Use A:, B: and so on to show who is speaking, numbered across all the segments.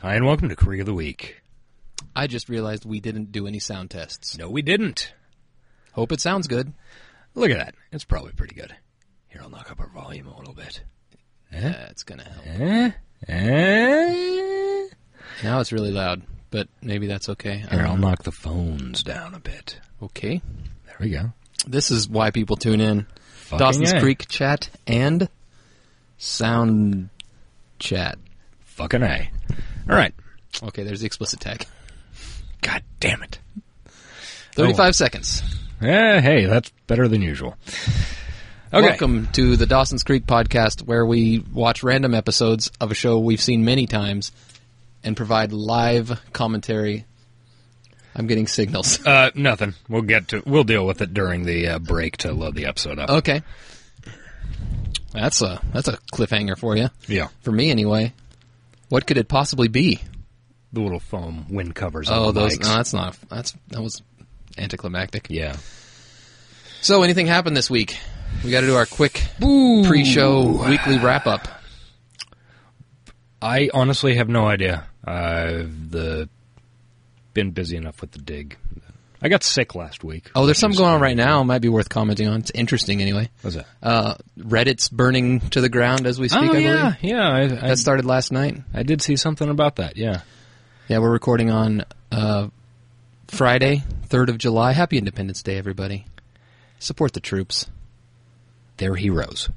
A: Hi, and welcome to Korea of the Week.
B: I just realized we didn't do any sound tests.
A: No, we didn't.
B: Hope it sounds good.
A: Look at that. It's probably pretty good. Here, I'll knock up our volume a little bit.
B: Yeah, it's gonna help.
A: Eh? Eh?
B: Now it's really loud, but maybe that's okay. I
A: Here, I'll
B: don't know.
A: knock the phones down a bit.
B: Okay.
A: There we go.
B: This is why people tune in.
A: Fucking
B: Dawson's
A: A.
B: Creek chat and sound chat.
A: Fucking A. All right.
B: Okay, there's the explicit tag.
A: Oh. God damn it.
B: 35 seconds.
A: Eh, hey, that's better than usual. Okay.
B: Welcome to the Dawson's Creek podcast, where we watch random episodes of a show we've seen many times and provide live commentary. I'm getting signals.
A: Uh, nothing. We'll get to. We'll deal with it during the uh, break to load the episode up.
B: Okay, that's a that's a cliffhanger for you,
A: yeah.
B: for me anyway. What could it possibly be?
A: The little foam wind covers.
B: Oh,
A: on the
B: those.
A: mics.
B: No, that's not. That's that was anticlimactic.
A: Yeah.
B: So, anything happened this week? We got to do our quick pre-show weekly wrap up.
A: I honestly have no idea. I've the been busy enough with the dig. I got sick last week.
B: Oh, there's
A: which
B: some
A: is-
B: going on right now. Might be worth commenting on. It's interesting anyway.
A: What's that?
B: uh, Reddit's burning to the ground as we speak.
A: oh
B: I
A: yeah,
B: believe
A: yeah. I, I,
B: that started last night.
A: I did see something about that. Yeah.
B: Yeah, we're recording on uh, Friday, third of July. Happy Independence Day, everybody! Support the troops,
A: They're heroes.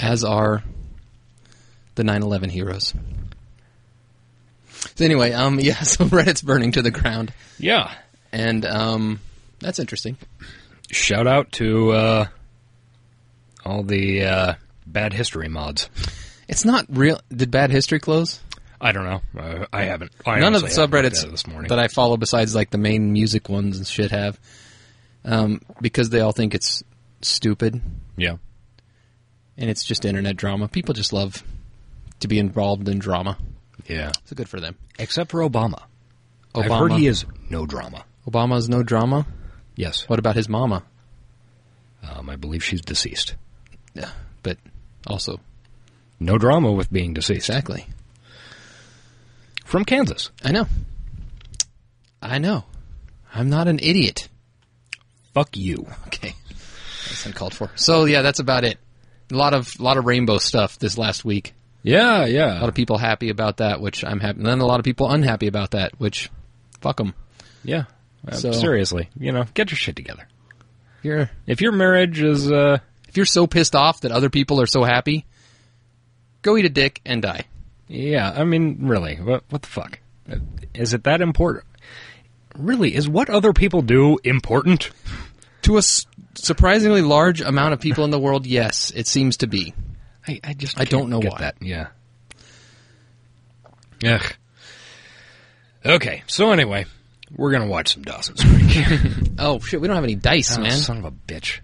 B: as are the 9/11 heroes. So anyway, um, yeah, so Reddit's burning to the ground,
A: Yeah.
B: and um, that's interesting.
A: Shout out to uh, all the uh, bad history mods.
B: It's not real. Did Bad History close?
A: I don't know. Uh, I haven't. I
B: None of the
A: honestly haven't looked
B: subreddits
A: at it this morning.
B: that I follow, besides like the main music ones and shit, have um, because they all think it's stupid
A: yeah.
B: and it's just internet drama. People just love to be involved in drama,
A: Yeah.
B: so good for them.
A: Except for Obama.
B: Obama,
A: I've heard he is no drama.
B: Obama's no drama.
A: Yes.
B: What about his mama?
A: Um, I believe she's deceased.
B: Yeah, but also
A: No drama with being deceased.
B: exactly.
A: From Kansas.
B: I know. I know. I'm not an idiot.
A: Fuck you.
B: Okay, that's uncalled for. So yeah, that's about it. A lot of lot of rainbow stuff this last week.
A: Yeah,
B: A lot
A: yeah.
B: of people happy about that, which I'm happy. And then a lot of people unhappy about that, which fuck them.
A: Yeah. Uh,
B: So-
A: seriously, you know, get your shit together.
B: You're
A: If your marriage is uh
B: if you're so pissed off that other people are so happy, go eat a dick and die.
A: yeah, I mean, really, what what the fuck? Uh, Is it that important? Really, is what other people do important?
B: To a s- surprisingly large amount of people in the world, yes, it seems to be.
A: I, I just
B: I don't
A: can't
B: know
A: get
B: why.
A: that. Yeah. Ugh. Okay, so anyway, we're gonna watch some Dawson's Creek.
B: Oh shit, we don't have any dice,
A: Oh,
B: man.
A: son of a bitch,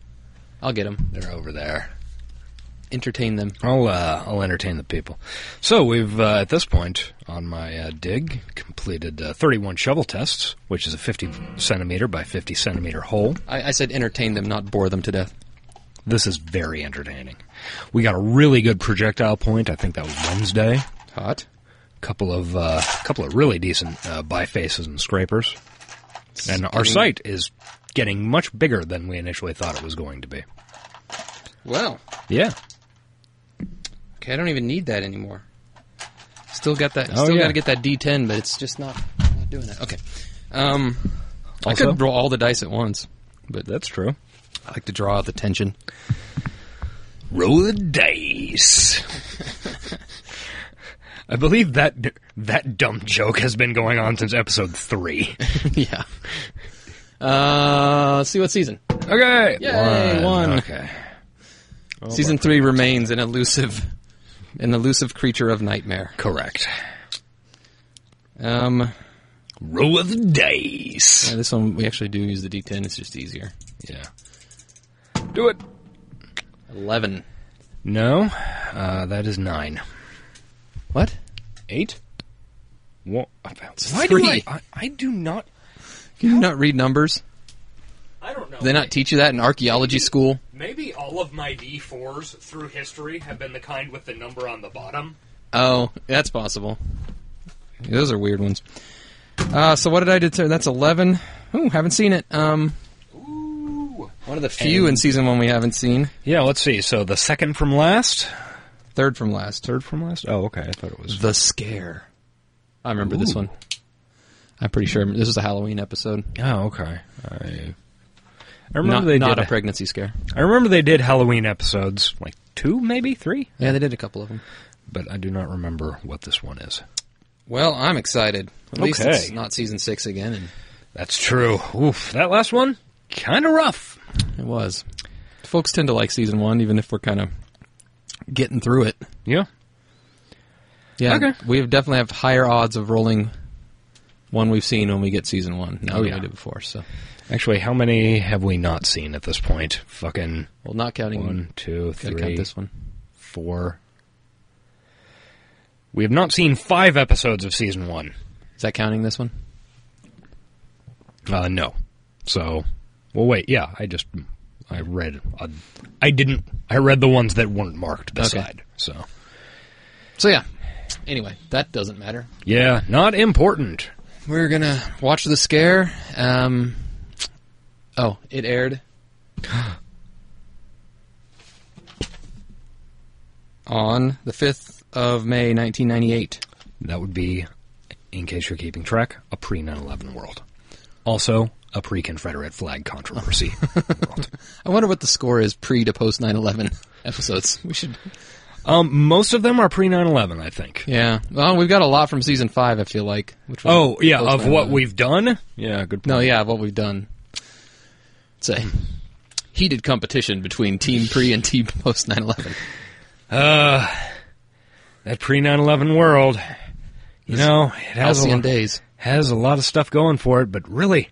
B: I'll get them.
A: they're over there.
B: Entertain them.
A: I'll uh, I'll entertain the people. So we've uh, at this point on my uh, dig completed uh, 31 shovel tests, which is a 50 centimeter by 50 centimeter hole.
B: I, I said entertain them, not bore them to death.
A: This is very entertaining. We got a really good projectile point. I think that was Wednesday.
B: Hot.
A: Couple of uh, couple of really decent uh, bifaces and scrapers, and our site is getting much bigger than we initially thought it was going to be.
B: Well,
A: Yeah.
B: okay, I don't even need that anymore. Still got that.
A: Oh,
B: still
A: yeah.
B: got to get that D10, but it's just not, not doing it. Okay. Um, I
A: Also-
B: could roll all the dice at once, but
A: That's true.
B: I like to draw out the tension.
A: Roll the dice. I believe that that dumb joke has been going on since episode three.
B: yeah. Uh, let's see what season.
A: Oh, Okay,
B: Yay, one.
A: Okay,
B: season three remains an elusive, an elusive creature of nightmare.
A: correct.
B: Um, yeah,
A: Roll the dice.
B: this one we actually do use the D10. It's just easier.
A: Yeah. Do it.
B: Eleven.
A: No, uh, that is nine.
B: What?
A: Eight. What? Why
B: Why
A: do
B: do
A: I,
B: I-
A: I? I do not.
B: Can you not read numbers?
A: I don't know.
B: Do they not teach you that in archaeology school?
A: Maybe all of my D4s through history have been the kind with the number on the bottom.
B: Oh, that's possible. Those are weird ones. Uh, so what did I deter? That's eleven. Ooh, haven't seen it. Um, one of the few in season one we haven't seen.
A: Yeah, let's see. So the second from last,
B: Third from last.
A: third from last. Oh, okay. I thought it was.
B: The Scare. I remember this
A: Ooh.
B: one. I'm pretty sure this was a Halloween episode.
A: Oh, okay. I, I
B: Not,
A: remember they
B: not
A: did.
B: a pregnancy scare.
A: I remember they did Halloween episodes, like two, maybe three,
B: Yeah, they did a couple of them.
A: but I do not remember what this one is.
B: Well, I'm excited. At least
A: Okay.
B: it's not season six again. And
A: That's true. Oof, that last one kind of rough.
B: it was. Folks tend to like season one, even if we're kind of getting through it.
A: Yeah.
B: Yeah,
A: Okay.
B: we definitely have higher odds of rolling one we've seen when we get season one. Now
A: Oh,
B: than
A: yeah.
B: we did before. So,
A: Actually, how many have we not seen at this point? Fucking
B: well, not counting
A: one, two,
B: gotta count
A: three,
B: this one.
A: four. We have not seen five episodes of season one.
B: Is that counting this one?
A: Uh, no. So, well, wait. Yeah, I just I read. Uh, I didn't. I read the ones that weren't marked beside. So,
B: So yeah. Anyway, that doesn't matter.
A: yeah, not important.
B: We're gonna watch the scare. Um, oh, it aired on the fifth of May, nineteen ninety-eight.
A: That would be, in case you're keeping track, a pre 9 11 world. Also, a pre Confederate flag controversy world.
B: I wonder what the score is pre to post 9-11 episodes. We should.
A: Um, most of them are pre 9 11, I think.
B: Yeah. Well, we've got a lot from season five. I feel like. Which was
A: Oh, yeah,
B: post
A: of what
B: 9/11.
A: we've done? Yeah, good point.
B: No, yeah, what we've done. It's a heated competition between team pre and team post 9-11.
A: That pre 9 11 world, you know, it has a,
B: Halcyon
A: lot,
B: days.
A: has a lot of stuff going for it, but really,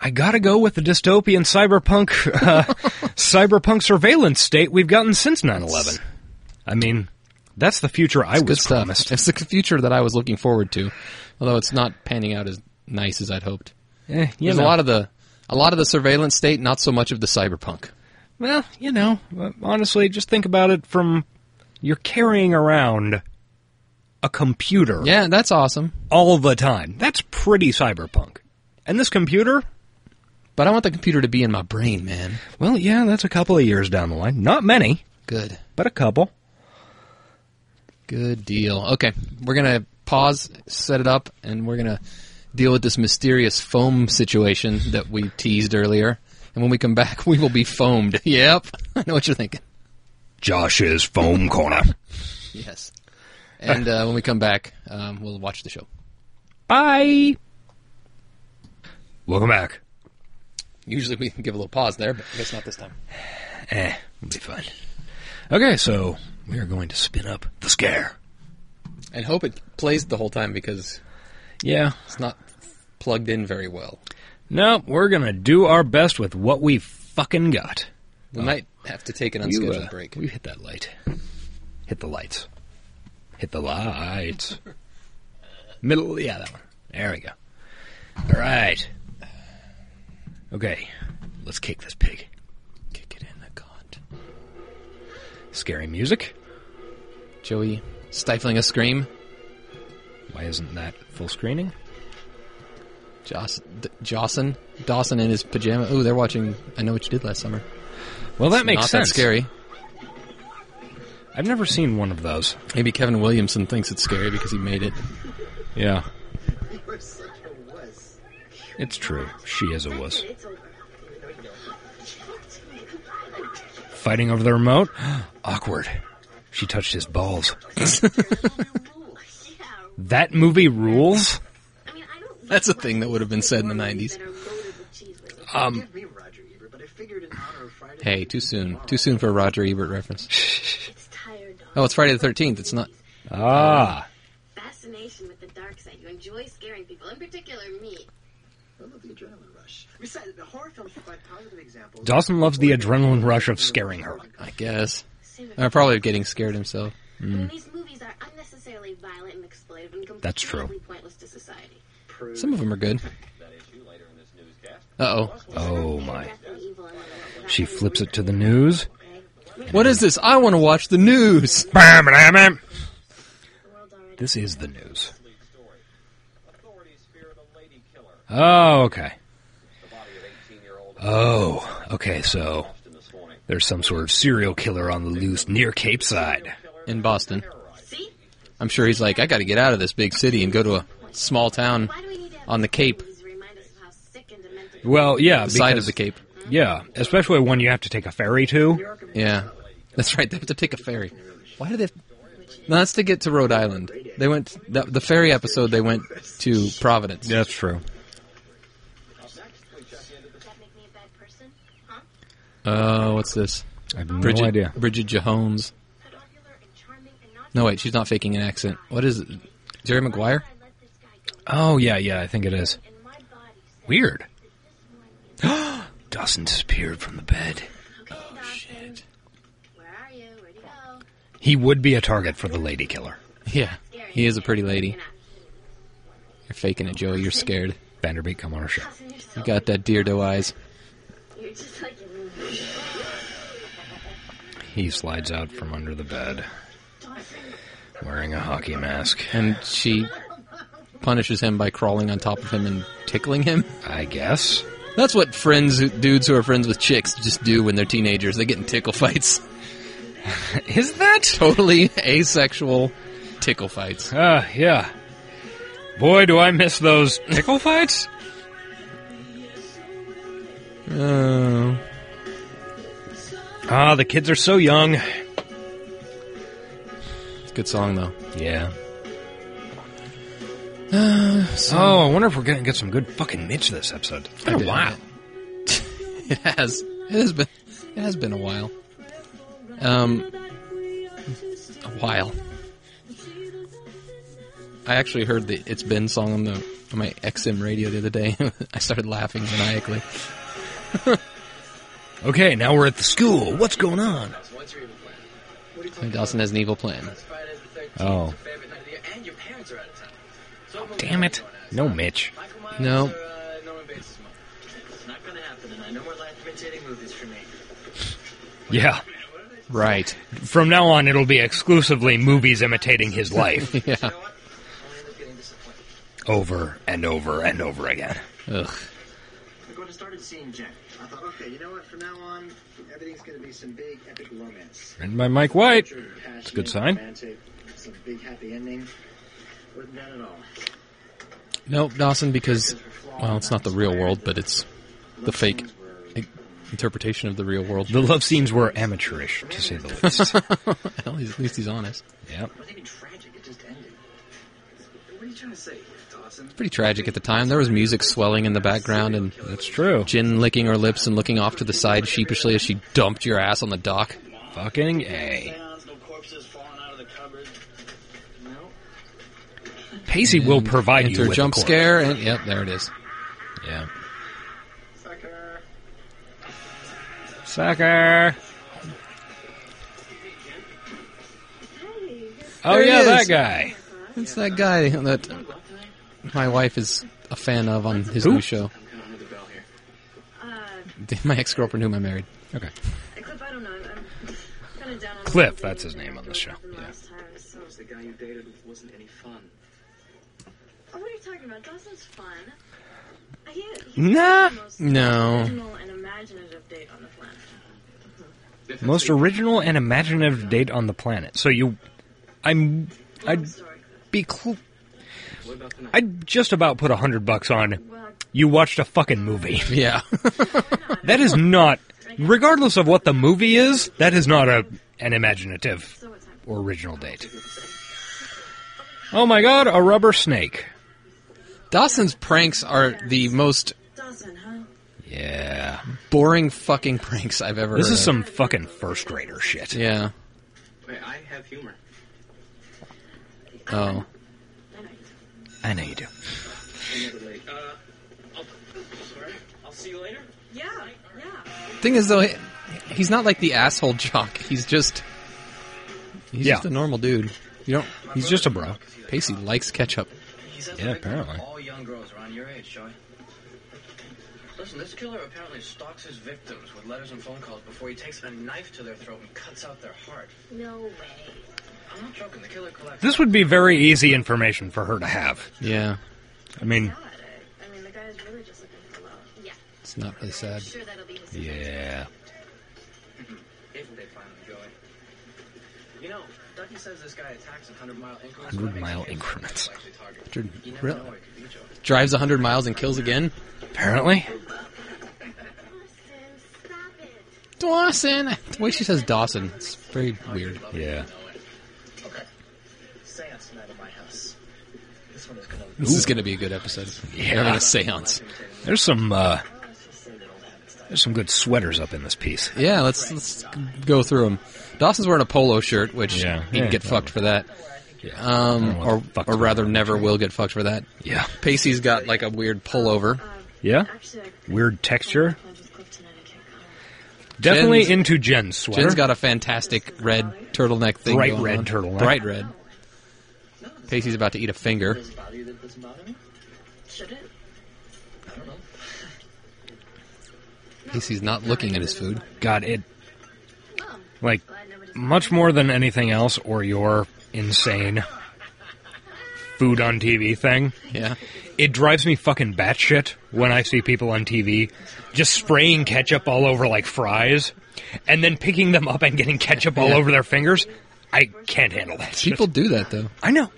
A: I gotta go with the dystopian cyberpunk, uh, cyberpunk surveillance state we've gotten since 9 11. I mean, that's the future I
B: Good
A: was
B: stuff.
A: promised.
B: It's the future that I was looking forward to, although it's not panning out as nice as I'd hoped.
A: Eh, you
B: There's
A: know.
B: a lot of the a lot of the surveillance state, not so much of the cyberpunk.
A: Well, you know, uh, honestly, just think about it from you're carrying around a computer
B: Yeah, that's awesome.
A: all the time. That's pretty cyberpunk. And this computer,
B: But I want the computer to be in my brain, man.
A: well, yeah, that's a couple of years down the line. Not many,
B: Good.
A: but a couple.
B: Good deal. Okay, we're going to pause, set it up, and we're going to deal with this mysterious foam situation that we teased earlier. And when we come back, we will be foamed. Yep. I know what you're thinking.
A: Josh's foam corner.
B: Yes. And uh, when we come back, um, we'll watch the show.
A: Bye. Welcome back.
B: Usually we can give a little pause there, but I guess not this time.
A: Eh, we'll be fine. Okay, so we are going to spin up the scare.
B: And hope it plays the whole time because
A: Yeah.
B: it's not plugged in very well.
A: No, we're gonna do our best with what we fucking got.
B: We might have to take an
A: You,
B: unscheduled
A: uh,
B: break.
A: will you hit that light. Hit the lights. Hit the lights. Middle, yeah, that one. There we go. All right. Okay, let's kick this pig.
B: Kick it in the cunt.
A: Scary music.
B: Joey stifling a scream.
A: Why isn't that full screening?
B: Joss, D- Dawson, Dawson in his pajama. Ooh, they're watching. I know what you did last summer.
A: Well, that makes
B: Not
A: sense.
B: that scary.
A: I've never seen one of those.
B: Maybe Kevin Williamson thinks it's scary because he made it.
A: Yeah, Um,
C: You're such a wuss.
A: it's true. She is a wuss.
C: It's over.
A: Fighting over the remote. Awkward. She touched his balls.
C: Yeah,
A: That movie rules.
C: I mean, I don't
B: That's a thing that would have been said in the Ah. '90s.
C: Um,
D: Forgive me, Roger Ebert, but I figured in honor of Friday.
B: Hey, too soon. Too soon for a Roger Ebert reference.
C: it's tired, dog.
B: Oh, it's Friday the 13th. It's not.
A: Ah.
C: Fascination with the dark side. You enjoy scaring people, in particular me.
D: I love the adrenaline rush. Besides, the horror films provide positive examples.
A: Dawson loves the adrenaline rush of scaring her.
B: I guess.
C: Same with-
B: Or probably getting scared himself.
C: I
B: Mm.
C: mean, these movies are unnecessarily violent and exploitive and completely
A: That's true.
C: pointless to society.
B: Some of them are good. Uh oh.
A: Oh my.
C: Definitely evil in the world. Not
A: She
C: that we
A: flips
C: want
A: it to the news.
B: What is this? I want to watch the news.
A: Bam, bam, bam.
C: The world already
A: This is the news.
E: killer.
A: Oh, okay.
E: The body of 18-year-old
A: Oh, okay. So
E: Austin this morning.
A: there's some sort of serial killer on the loose near Cape Side.
B: in Boston.
C: See?
B: I'm sure he's like, I got to get out of this big city and go to a small town
C: Why do we need to have
B: On the Cape.
C: police Remind us of how sick and demented
A: Well, yeah,
B: the side of
A: because-
B: the Cape.
A: Yeah, especially one you have to take a ferry to.
B: Yeah, that's right. They have to take a ferry. Why do they? No, that's to get to Rhode Island. They went the, the ferry episode. They went to Providence.
A: That's true.
C: Does that make me a bad person? Huh?
B: Oh, what's this?
A: I have no
B: Bridget,
A: idea.
B: Bridget Jones.
C: Pedocular and charming and not
B: No, wait, she's not faking an accent. What is it? Jerry Maguire?
C: I let this guy go.
A: Oh, yeah, yeah, I think it is.
C: And my body said
A: Weird.
C: that this one is
A: Dawson disappeared from the bed.
C: okay, Dawson. Where are you? Where'd you go?
A: He would be a target for the lady killer.
B: Yeah,
C: Scary,
B: he is a
C: okay?
B: pretty lady.
C: You're not.
B: You're faking it, Joey. You're scared.
A: Vanderbeek, come on our show.
C: Dawson, you're so
B: You got that deerdo eyes.
C: You're just like your movie.
A: He slides out from under the bed,
C: Dawson,
A: wearing a hockey mask.
B: And she punishes him by crawling on top of him and tickling him.
A: I guess.
B: That's what friends, who- dudes who are friends with chicks, just do when they're teenagers. They get in tickle fights.
A: Is that?
B: Totally asexual tickle fights.
A: Uh, yeah. Boy, do I miss those tickle fights?
B: Oh.
A: Ah, the kids are so young.
B: It's a good song, though.
A: Yeah. oh, I wonder if we're gonna get some good fucking Mitch this episode. It's been
B: I
A: a
B: did.
A: while.
B: It has. It has been. It has been a while. Um, a while. I actually heard the "It's Been" song on the on my XM radio the other day. I started laughing maniacally.
A: Okay, now we're at the school. What's going on?
D: What's your evil plan? What are you
B: And
D: talking
B: Dawson has an evil plan.
D: about? Friday the 13th.
A: Oh.
D: It's your favorite night of the year, and your parents are out of town. So
A: Damn it. No Mitch.
D: Michael Myers
B: No.
D: or, uh, Norman Bates is mine. It's not gonna happen tonight. No more life-imitating movies for me.
A: Yeah.
B: Right.
A: From now on, it'll be exclusively movies imitating his life
B: Yeah.
D: You know what? I'll end up getting disappointed.
A: over and over and over again.
B: Ugh.
D: I'm going to start at scene Jen. I thought, okay, you know what? From now on, everything's going to be some big epic romance.
A: Written by Mike White.
D: It's
A: a good sign.
D: Romantic, some big happy ending. Wasn't that at all?
B: Nope, Dawson, because well, it's not the real world, but it's the fake i- interpretation of the real world.
A: The love scenes were amateurish, to say the least.
B: Well, he's- at least he's honest.
A: yep.
D: It wasn't even tragic. It just ended. What are you trying to say, Dawson?
B: Pretty tragic at the time. There was music swelling in the background and
A: That's true.
B: Jin licking her lips and looking off to the side sheepishly as she dumped your ass on the dock.
A: Fucking A.
D: No corpses falling out of the cupboard. No.
A: Pacey will
B: And
A: provide
B: enter
A: you with
B: jump
A: a corpse.
B: scare and yep, there it is.
A: Yeah.
D: Sucker.
A: Sucker.
C: hey, that's
A: Oh
B: There he
A: yeah,
B: is.
A: that guy.
B: It's that guy that my wife is a fan of on his
A: Who?
B: new show.
D: I'm going to ring the bell here.
C: uh,
B: My ex girlfriend whom I married.
A: Okay.
C: Cliff, I don't know. I'm, I'm kind of down on
A: Cliff,
C: the
A: that's his name on the show.
C: Yeah. Last time, so.
D: It's the guy you dated wasn't any fun.
C: Oh, what are you talking about? Dawson's fun. He, he's
A: Nah.
C: the most
B: No.
C: original and imaginative date on the planet.
A: Most original and imaginative date on the planet. So you, I'm,
C: Long
A: I'd
C: story, Cliff.
A: be, cl-
D: What about tonight?
A: I'd just about put a hundred bucks on.
C: Well,
A: You watched a fucking movie.
B: Yeah.
A: That is not, regardless of what the movie is, that is not a an imaginative
C: so what's happening?
A: or original date. Oh my god, a rubber snake.
B: Dawson's pranks are the most
C: Dawson, huh?
A: Yeah.
B: boring fucking pranks I've ever
A: This
B: heard
A: is
B: of.
A: some fucking first grader shit.
B: Yeah.
D: Wait, I have humor.
B: Oh.
C: I know you do.
A: I know you do.
D: I'm never late. Uh, I'll, sorry. I'll see you later.
C: Yeah, yeah.
B: Thing is though, he- he's not like the asshole jock. He's just he's
A: Yeah.
B: just a normal dude. You don't
A: He's just a bro.
B: Pacey likes ketchup.
D: He says
A: Yeah,
D: the victim of
A: apparently.
D: All young girls around your age, Joey. Listen, this killer apparently stalks his victims with letters and phone calls before he takes a knife to their throat and cuts out their heart.
C: No way.
D: I'm not joking. The killer collects.
A: This would be very easy information for her to have.
B: Yeah.
A: I mean,
C: God, I, I mean, the
B: It's not really
C: I'm
B: sad.
C: sure that'll be his
A: Yeah.
D: If they find him, Joey. You know, Ducky says this guy attacks in 100 mile increments.
A: 100
D: That makes
A: mile
D: him
A: increments.
D: a likely target.
B: Hundred-
D: You never
B: really?
D: know where it could be, Joey.
B: Drives 100 miles and kills again.
A: Apparently.
C: Dawson, stop it.
B: Dawson. The way she says Dawson, it's very weird.
D: Love it,
A: Yeah.
D: you know it. Okay. Seance night at my house. This one is gonna.
B: This is going to be a good episode. Yeah. Having a seance.
A: There's some uh,
D: Let's just say that old habits die.
A: there's some good sweaters up in this piece.
B: Yeah, let's let's go through them. Dawson's wearing a polo shirt, which
A: Yeah.
B: he can get
A: Yeah.
B: fucked for that.
A: Yeah.
B: Um,
A: Everyone
B: or,
A: fucks
B: or
A: with
B: rather,
A: that.
B: never will get fucked for that.
A: Yeah.
B: Pacey's got like a weird pullover.
C: Um,
A: Yeah?
C: Actually, I
A: Weird texture.
C: I just clipped tonight. I can't come.
A: Definitely
B: Jen's-
A: into Jen's sweater.
B: Jen's got a fantastic red turtleneck thing.
A: Bright
B: going
A: red
B: on.
A: turtleneck.
B: Bright red.
D: No, does
B: Pacey's about to eat a finger.
D: it bother you that doesn't bother me?
C: Should it?
D: I don't know.
B: Pacey's not looking at his food.
A: God, it
C: Mom.
A: like
C: Glad nobody's.
A: much more than anything else, or your insane food on TV thing.
B: Yeah.
A: It drives me fucking batshit when I see people on TV just spraying ketchup all over like fries, and then picking them up and getting ketchup all
B: Yeah.
A: over their fingers. I can't handle that. shit.
B: People do that though.
A: I know.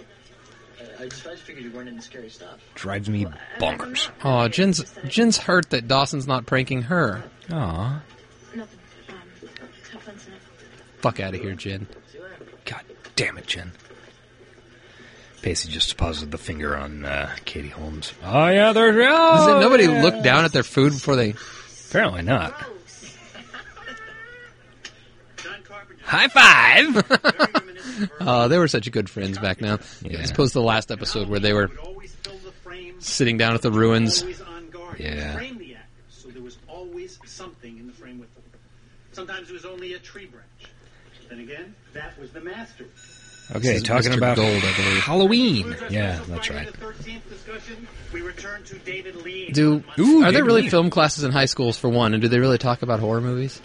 D: I, I just, I just figured you weren't into scary stuff.
A: Drives me bonkers.
B: Oh, Jen's Jen's hurt that Dawson's not pranking her.
A: Aw.
C: Nothing. Um, have fun tonight.
B: Fuck out of here, Jen.
D: See you later.
A: God damn it, Jen. Pacey just deposited the finger on uh, Katie Holmes. Oh yeah, there's oh,
B: Does it- nobody
A: yeah.
B: look down at their food before they?
A: Apparently not.
C: Gross.
D: John Carpenter.
A: High five.
D: Very reminiscent of
B: Uh, they were such good friends back now.
A: Yeah.
B: I suppose the last episode where they were
F: would always fill the frame,
B: sitting down at the ruins.
F: always on guard.
A: Yeah.
F: Frame the actors, so there was always something in the frame with them. Sometimes it was only a tree branch. Then again, that was the master.
A: okay,
B: is
A: talking
B: Mr.
A: about
B: Gold, I believe.
A: Halloween.
F: Bluegrass
A: Yeah,
F: Special
A: that's
F: Friday
A: right.
F: The 13th discussion, we return to David Lean.
B: Do
A: Ooh,
B: are there
A: dude.
B: really film classes in high schools for one? And do they really talk about horror movies?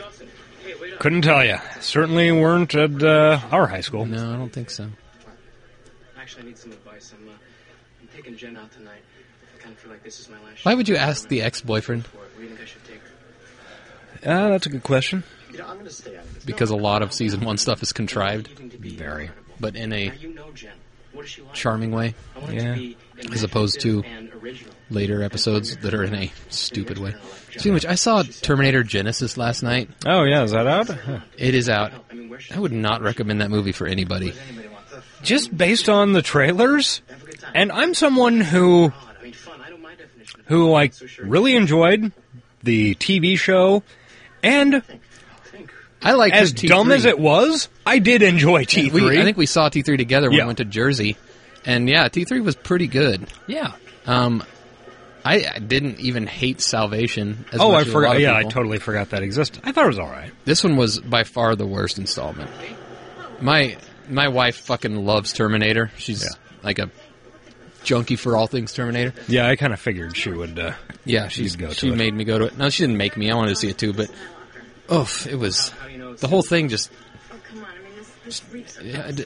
A: Couldn't tell you. Certainly weren't at uh, our high school.
B: No, I don't think so.
D: Actually, I need some advice. I'm, uh, I'm taking Jen out tonight. I kind of feel like this is my last.
B: Why
D: shot.
B: would you ask the ex-boyfriend?
D: For it. Where do you think I should take her?
A: Uh, that's a good question.
D: You know, I'm gonna stay out of this.
B: Because a lot of season one stuff is contrived,
D: You need to be
A: Very.
D: incredible.
B: but in a
D: Now you know Jen. What is she like?
B: charming way.
D: I want
A: Yeah.
D: it to be
B: As opposed to-
D: imaginative and original.
B: Later episodes that are in a stupid way. Speaking of which, I saw Terminator Genesis last night.
A: Oh yeah, is that out? Huh.
B: It is out.
D: I mean, where should
B: I would not recommend that movie for anybody.
D: anybody want this?
A: Just based on the trailers,
D: Have a good time.
A: and I'm someone who
D: God, I mean, fun. I don't mind definition. of
A: who
D: fun.
A: like
D: So sure.
A: really enjoyed the TV show, and
D: Think.
B: I like
A: as dumb as it was, I did enjoy T3.
B: We, I think we saw T three together when
A: Yeah.
B: we went to Jersey, and yeah, T three was pretty good.
A: yeah.
B: Um, I, I didn't even hate Salvation. As
A: Oh,
B: much
A: I
B: as a lot
A: forgot.
B: of
A: Yeah, I
B: people.
A: totally forgot that existed. I thought it was all right.
B: This one was by far the worst installment. My my wife fucking loves Terminator. She's
A: Yeah.
B: like a junkie for all things Terminator.
A: Yeah, I kind of figured she would. Uh,
B: Yeah, she's
A: You'd go to
B: she
A: it.
B: made me go to it. No, she didn't make me. I wanted to see it too, but oof, it was the whole thing just
C: Oh, come on. I mean, this, this reeks.
B: yeah, I d-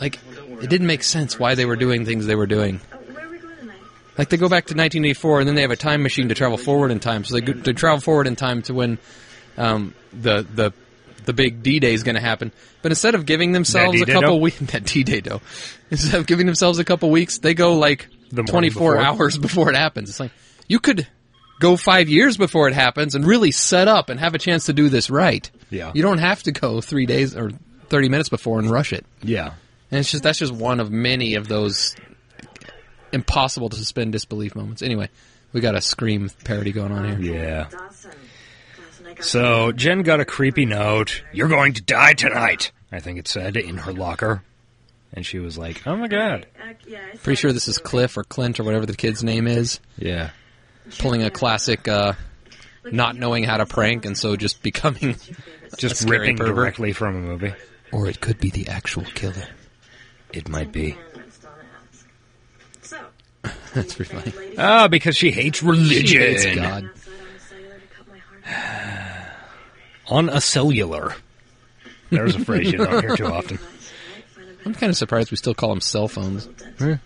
B: like it didn't make sense why they were doing things they were doing.
C: Oh, where are we going tonight?
B: Like they go back to 1984, and then they have a time machine to travel forward in time. So they go, they travel forward in time to when um, the the the big D Day is going to happen. But instead of giving themselves a
A: D-Day-do?
B: couple weeks, that D Day though, instead of giving themselves a couple weeks, they go like
A: The morning
B: 24
A: before.
B: hours before it happens. It's like you could go five years before it happens and really set up and have a chance to do this right.
A: Yeah.
B: you don't have to go three days or 30 minutes before and rush it.
A: yeah.
B: And it's just that's just one of many of those impossible to suspend disbelief moments. Anyway, we got a scream parody going on here.
A: Yeah.
C: Dawson. Dawson, I got
A: So Jen got a creepy note. You're going to die tonight. I think it said in her locker, and she was like, "Oh my god."
C: Uh, yeah, I saw
B: Pretty sure
C: it.
B: this is Cliff or Clint or whatever the kid's name is,
A: Yeah.
B: pulling a classic uh,
C: Look,
B: not
C: you-
B: knowing how to prank and so just becoming
C: It's your favorite song.
A: Just
B: scary
A: ripping
B: pervert.
A: directly from a movie.
B: or it could be the actual killer.
A: It might be.
C: Commandments, don't ask. So.
B: That's pretty funny.
C: Ladies,
A: Ah, because she hates religion
B: She hates God.
C: I'm outside on the cellular to cut my heart.
A: on a cellular. There's a phrase you don't hear too often.
B: I'm kind of surprised we still call them cell phones.
C: of.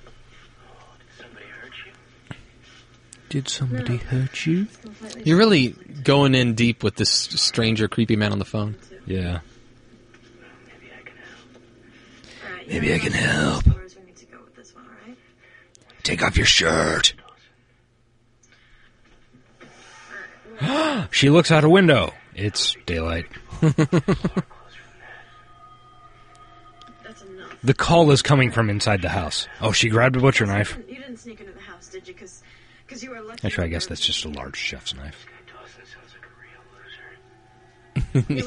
A: Did somebody hurt you?
C: Completely
B: You're really going in deep with this stranger, creepy man on the phone.
A: Yeah.
C: Maybe I can help.
A: Maybe I can help.
C: We need to go with this one, all right?
A: Take off your shirt. she looks out a window. It's daylight.
C: That's enough.
A: The call is coming from inside the house. Oh, she grabbed a butcher knife.
C: You didn't sneak into the house, did you? Because you were lucky.
A: Actually, I guess that's just a large chef's knife.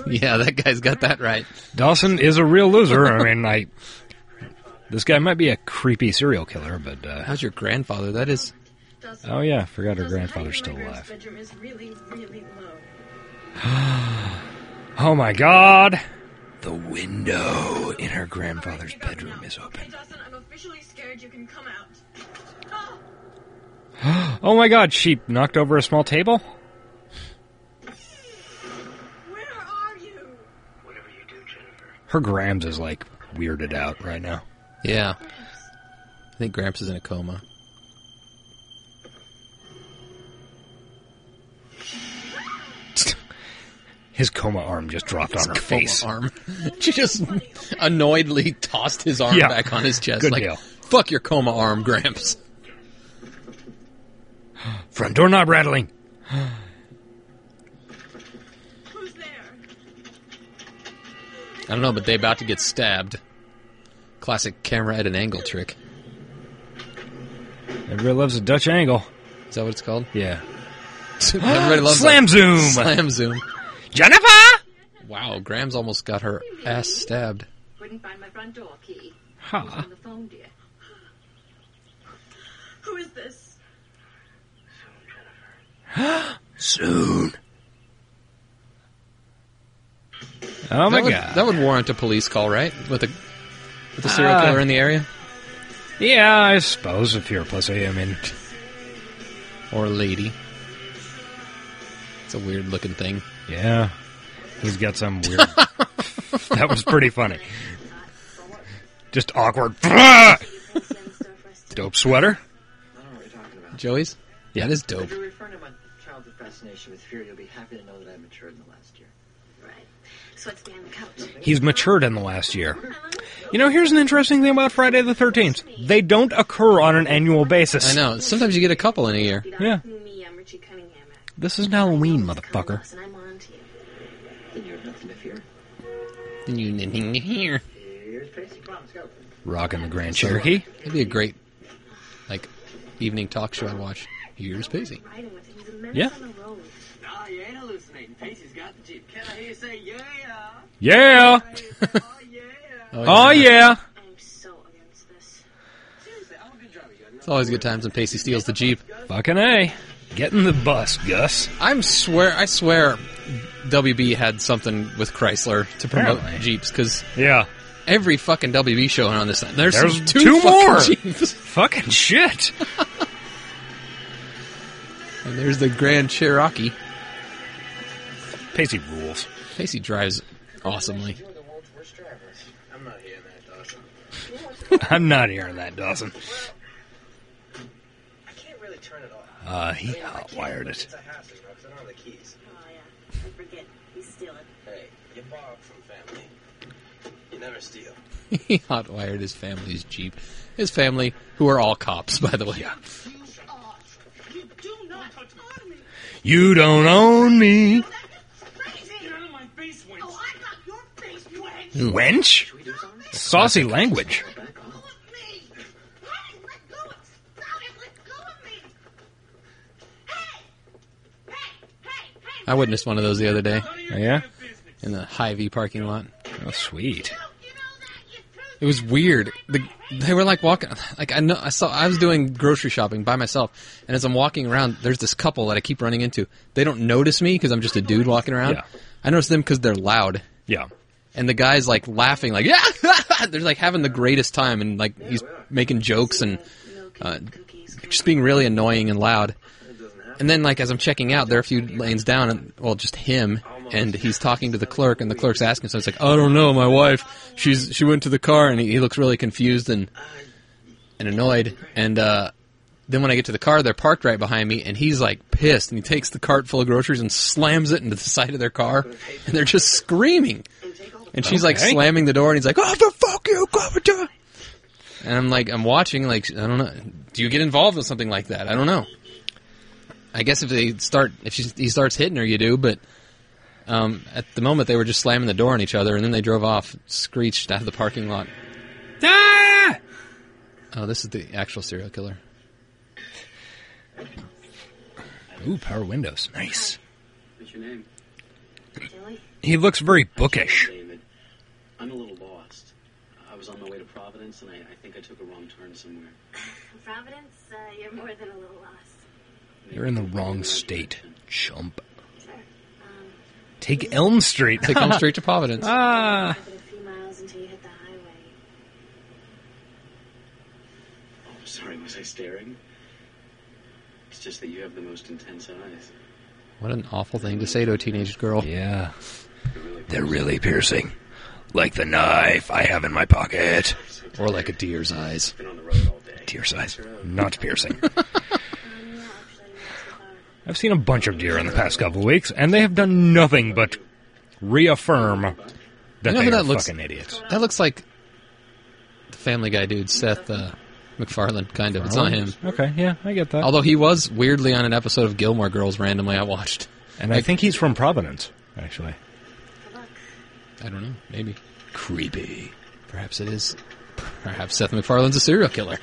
B: yeah, that guy's got that right.
A: Dawson is a real loser. I mean, I. This guy might be a creepy serial killer, but. Uh,
B: How's your grandfather? That is.
C: Doesn't-
A: oh, yeah, forgot her
C: doesn't-
A: grandfather's
C: height
A: still
C: in my
A: alive.
C: grand's bedroom is really, really low.
A: Oh my god! The window in her grandfather's
C: All right, you go
A: bedroom
C: now.
A: is
C: Okay,
A: open.
C: Dawson, I'm officially scared. You can come out. Ah!
A: Oh my god, she knocked over a small table?
C: Where are you?
F: Whatever you do, Jennifer.
A: Her Grams is like weirded out right now.
B: Yeah. I think Gramps is in a coma.
A: His coma arm just dropped on her face.
B: Coma arm. she just annoyedly tossed his arm
A: Yeah.
B: back on his chest.
A: Good
B: like,
A: deal.
B: fuck your coma arm, Gramps.
A: Front doorknob rattling.
C: Who's there?
B: I don't know, but they about to get stabbed. Classic camera at an angle trick.
A: Everybody loves a Dutch angle.
B: Is that what it's called?
A: Yeah.
B: Everybody loves
A: Slam
B: that.
A: zoom!
B: Slam zoom.
A: Jennifer!
B: Wow, Gram's almost got her ass stabbed.
C: Couldn't find my front door key. I was
A: Ha.
C: on the phone, dear. Who is this?
A: Soon. Oh my
B: that would,
A: god.
B: That would warrant a police call, right? With a with a serial
A: Uh,
B: killer in the area?
A: yeah, I suppose if you're a pussy, I mean.
B: Or a lady. It's a weird looking thing.
A: Yeah. He's got some weird. that was pretty funny. Just awkward. Dope sweater.
G: I don't know what you're talking about.
B: Joey's? Yeah, it is dope.
G: If you're referring to my childhood fascination with fear, you'll be happy to know that I've matured in the last year.
C: Right. So it's me on the couch.
A: He's matured in the last year. You know, here's an interesting thing about Friday the 13th they don't occur on an annual basis.
B: I know. Sometimes you get a couple in a year.
A: Yeah.
C: Me, I'm Richie Cunningham.
A: This is Halloween, motherfucker.
C: And I'm on to you.
G: Then you have nothing to fear.
B: Then you in here.
G: Here's Tracy. Come on, let's go.
A: Rocking the Grand Cherokee.
B: It'd be a great like evening talk show I'd watch. Here's Pacey.
C: Riding with him. He's a menace
A: Yeah.
C: on the road.
F: Nah, you ain't hallucinating. Pacey's got the Jeep. Can I hear you say, yeah?
A: Yeah!
F: Can I hear you say, oh, yeah?
A: Oh, yeah!
C: I'm so against this.
F: Seriously, I'm a good driver. You got
B: It's always good times when Pacey steals the Jeep.
A: Fucking A. Get in the bus, Gus.
B: I'm swear I swear WB had something with Chrysler to promote
A: Apparently.
B: Jeeps because
A: Yeah.
B: every fucking WB showing on this thing. There's,
A: There's
B: two,
A: two
B: fucking
A: more.
B: Jeeps.
A: Fucking shit.
B: And there's the Grand Cherokee.
A: Pacey rules.
B: Pacey drives awesomely.
D: You're the world's worst driver. I'm not hearing that, Dawson.
A: I'm not hearing that, Dawson.
D: I can't really turn it off.
A: Uh, he
D: I can't,
A: hotwired
D: but
A: it.
D: It's a hassle, bro, 'cause I don't have the keys.
C: Oh, yeah. I forget. He's stealing.
D: Hey, you borrow from family. You never steal.
B: he hotwired his family's Jeep. His family, who are all cops, by the way.
F: You do not touch me.
A: You don't own me.
F: Get out of my face, Winston.
C: Oh, I got your face, you egg!
A: Wench? Saucy language.
B: I witnessed one of those the other day
F: None of
A: Oh,
F: your
A: yeah?
F: damn business.
B: in the Hy-Vee parking lot.
A: Oh, sweet.
B: It was weird. The, they were like walking, like I know, I saw, I was doing grocery shopping by myself, and as I'm walking around, there's this couple that I keep running into. They don't notice me because I'm just a dude walking around.
A: Yeah.
B: I notice them because they're loud.
A: Yeah.
B: And the guy's like laughing, like, yeah! They're like having the greatest time, and like he's making jokes and uh, just being really annoying and loud. And then, like, as I'm checking out, there are a few lanes down, and well, just him, and he's talking to the clerk, and the clerk's asking, so it's like, I don't know, my wife, she's she went to the car, and he, he looks really confused and and annoyed, and uh, Then when I get to the car, they're parked right behind me, and he's like pissed, and he takes the cart full of groceries and slams it into the side of their car, and they're just screaming.
G: And take all the
B: And she's like
A: Okay.
B: slamming the door, and he's like, "Oh, the fuck you, Covington!" And I'm like, I'm watching, like, I don't know. Do you get involved with something like that? I don't know. I guess if they start, if she, he starts hitting her, you do. But um, at the moment, they were just slamming the door on each other, and then they drove off, screeched out of the parking lot.
A: Ah!
B: Oh, this is the actual serial killer.
A: Ooh, power windows. Nice.
F: What's your name?
C: Dilly?
A: He looks very bookish.
F: David. I'm a little lost. I was on my way to Providence, and I, I think I took a wrong turn somewhere.
C: Providence, uh, you're more than a little lost.
A: You're in the wrong state, chump.
C: Sure. Um,
A: Take Elm Street.
B: They come straight to Providence.
A: ah.
C: but a few miles until you hit the highway.
F: Oh, sorry, was I staring? It's just that you have the most intense eyes.
B: What an awful thing to say to a teenage girl.
A: Yeah. They're really piercing. Like the knife I have in my pocket.
B: Or like a deer's eyes.
F: Been on the road all day.
A: Deer size. Not piercing.
C: Um, yeah, actually, not too far.
A: I've seen a bunch of deer in the past couple of weeks, and they have done nothing but reaffirm that
B: know
A: they
B: who
A: are
B: that looks-
A: fucking idiots.
B: That looks like the Family Guy dude, Seth uh, MacFarlane, kind of. It's not him.
A: Okay, yeah, I get that.
B: Although he was weirdly on an episode of Gilmore Girls randomly I watched.
A: and I think he's from Providence, actually.
C: Good luck.
B: I don't know. Maybe.
A: Creepy.
B: Perhaps it is. Perhaps Seth MacFarlane's a serial killer.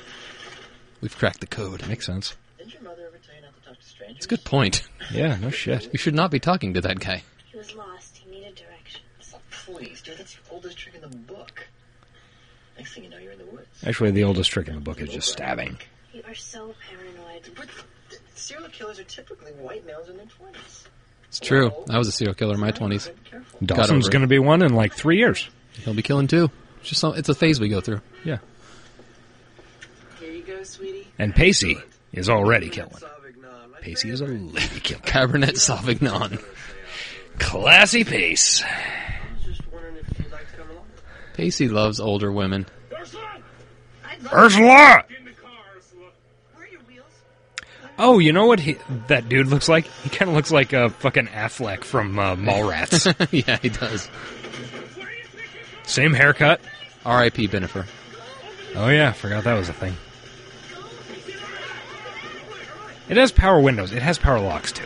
B: We've cracked the code.
A: Makes sense.
G: Didn't your mother ever tell you not to talk to strangers?
B: It's a good point.
A: Yeah, no shit.
B: We should not be talking to that guy.
C: He was lost. He needed directions.
G: Oh, please, dude, that's the oldest trick in the book. Next thing you know, you're in the woods.
A: Actually, the oldest trick in the book is just stabbing.
C: You are so paranoid.
G: But th- serial killers are typically white males in their 20s.
B: It's true. I was a serial killer in my 20s.
G: Careful.
A: Dawson's
B: over it.
A: going to be one in like three years.
B: He'll be killing too. It's just some, it's a phase we go through.
A: Yeah.
H: Here you go, sweetie.
A: And Pacey is already killing. Pacey is a lady killer.
B: Cabernet Sauvignon.
A: Classy Pace.
D: I was just wondering if you'd like to come along.
B: Pacey loves older women.
A: Ursula!
F: In the car, Ursula.
H: Where are your wheels?
A: Oh, you know what he, that dude looks like? He kind of looks like a fucking Affleck from uh, Mallrats.
B: yeah, he does.
A: Same haircut.
B: R.I.P. Benifer.
A: Oh yeah, forgot that was a thing. It has power windows. It has power locks too.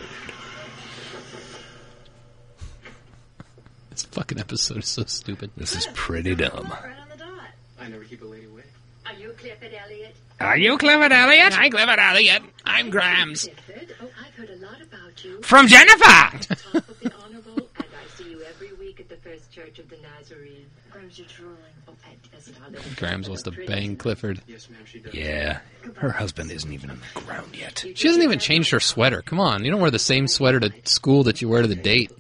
B: This fucking episode is so stupid.
A: This is pretty dumb.
C: Right on the dot.
F: I never keep a lady away.
C: Are you Clifford Elliot?
A: Are you Clifford Elliot?
B: I Clifford Elliot. I'm Grams.
C: Clifford? Oh, I've heard a lot about you.
A: From Jennifer.
H: Top of the honorable, and I see you every week at the First Church of the Nazarene.
C: Grimes, you're drooling.
H: Oh, I as not
B: Grams wants to bang Clifford.
F: Yes, ma'am, she does.
A: Yeah, her husband isn't even on the ground yet.
B: She hasn't even changed her sweater. Come on, you don't wear the same sweater to school that you wear to the date,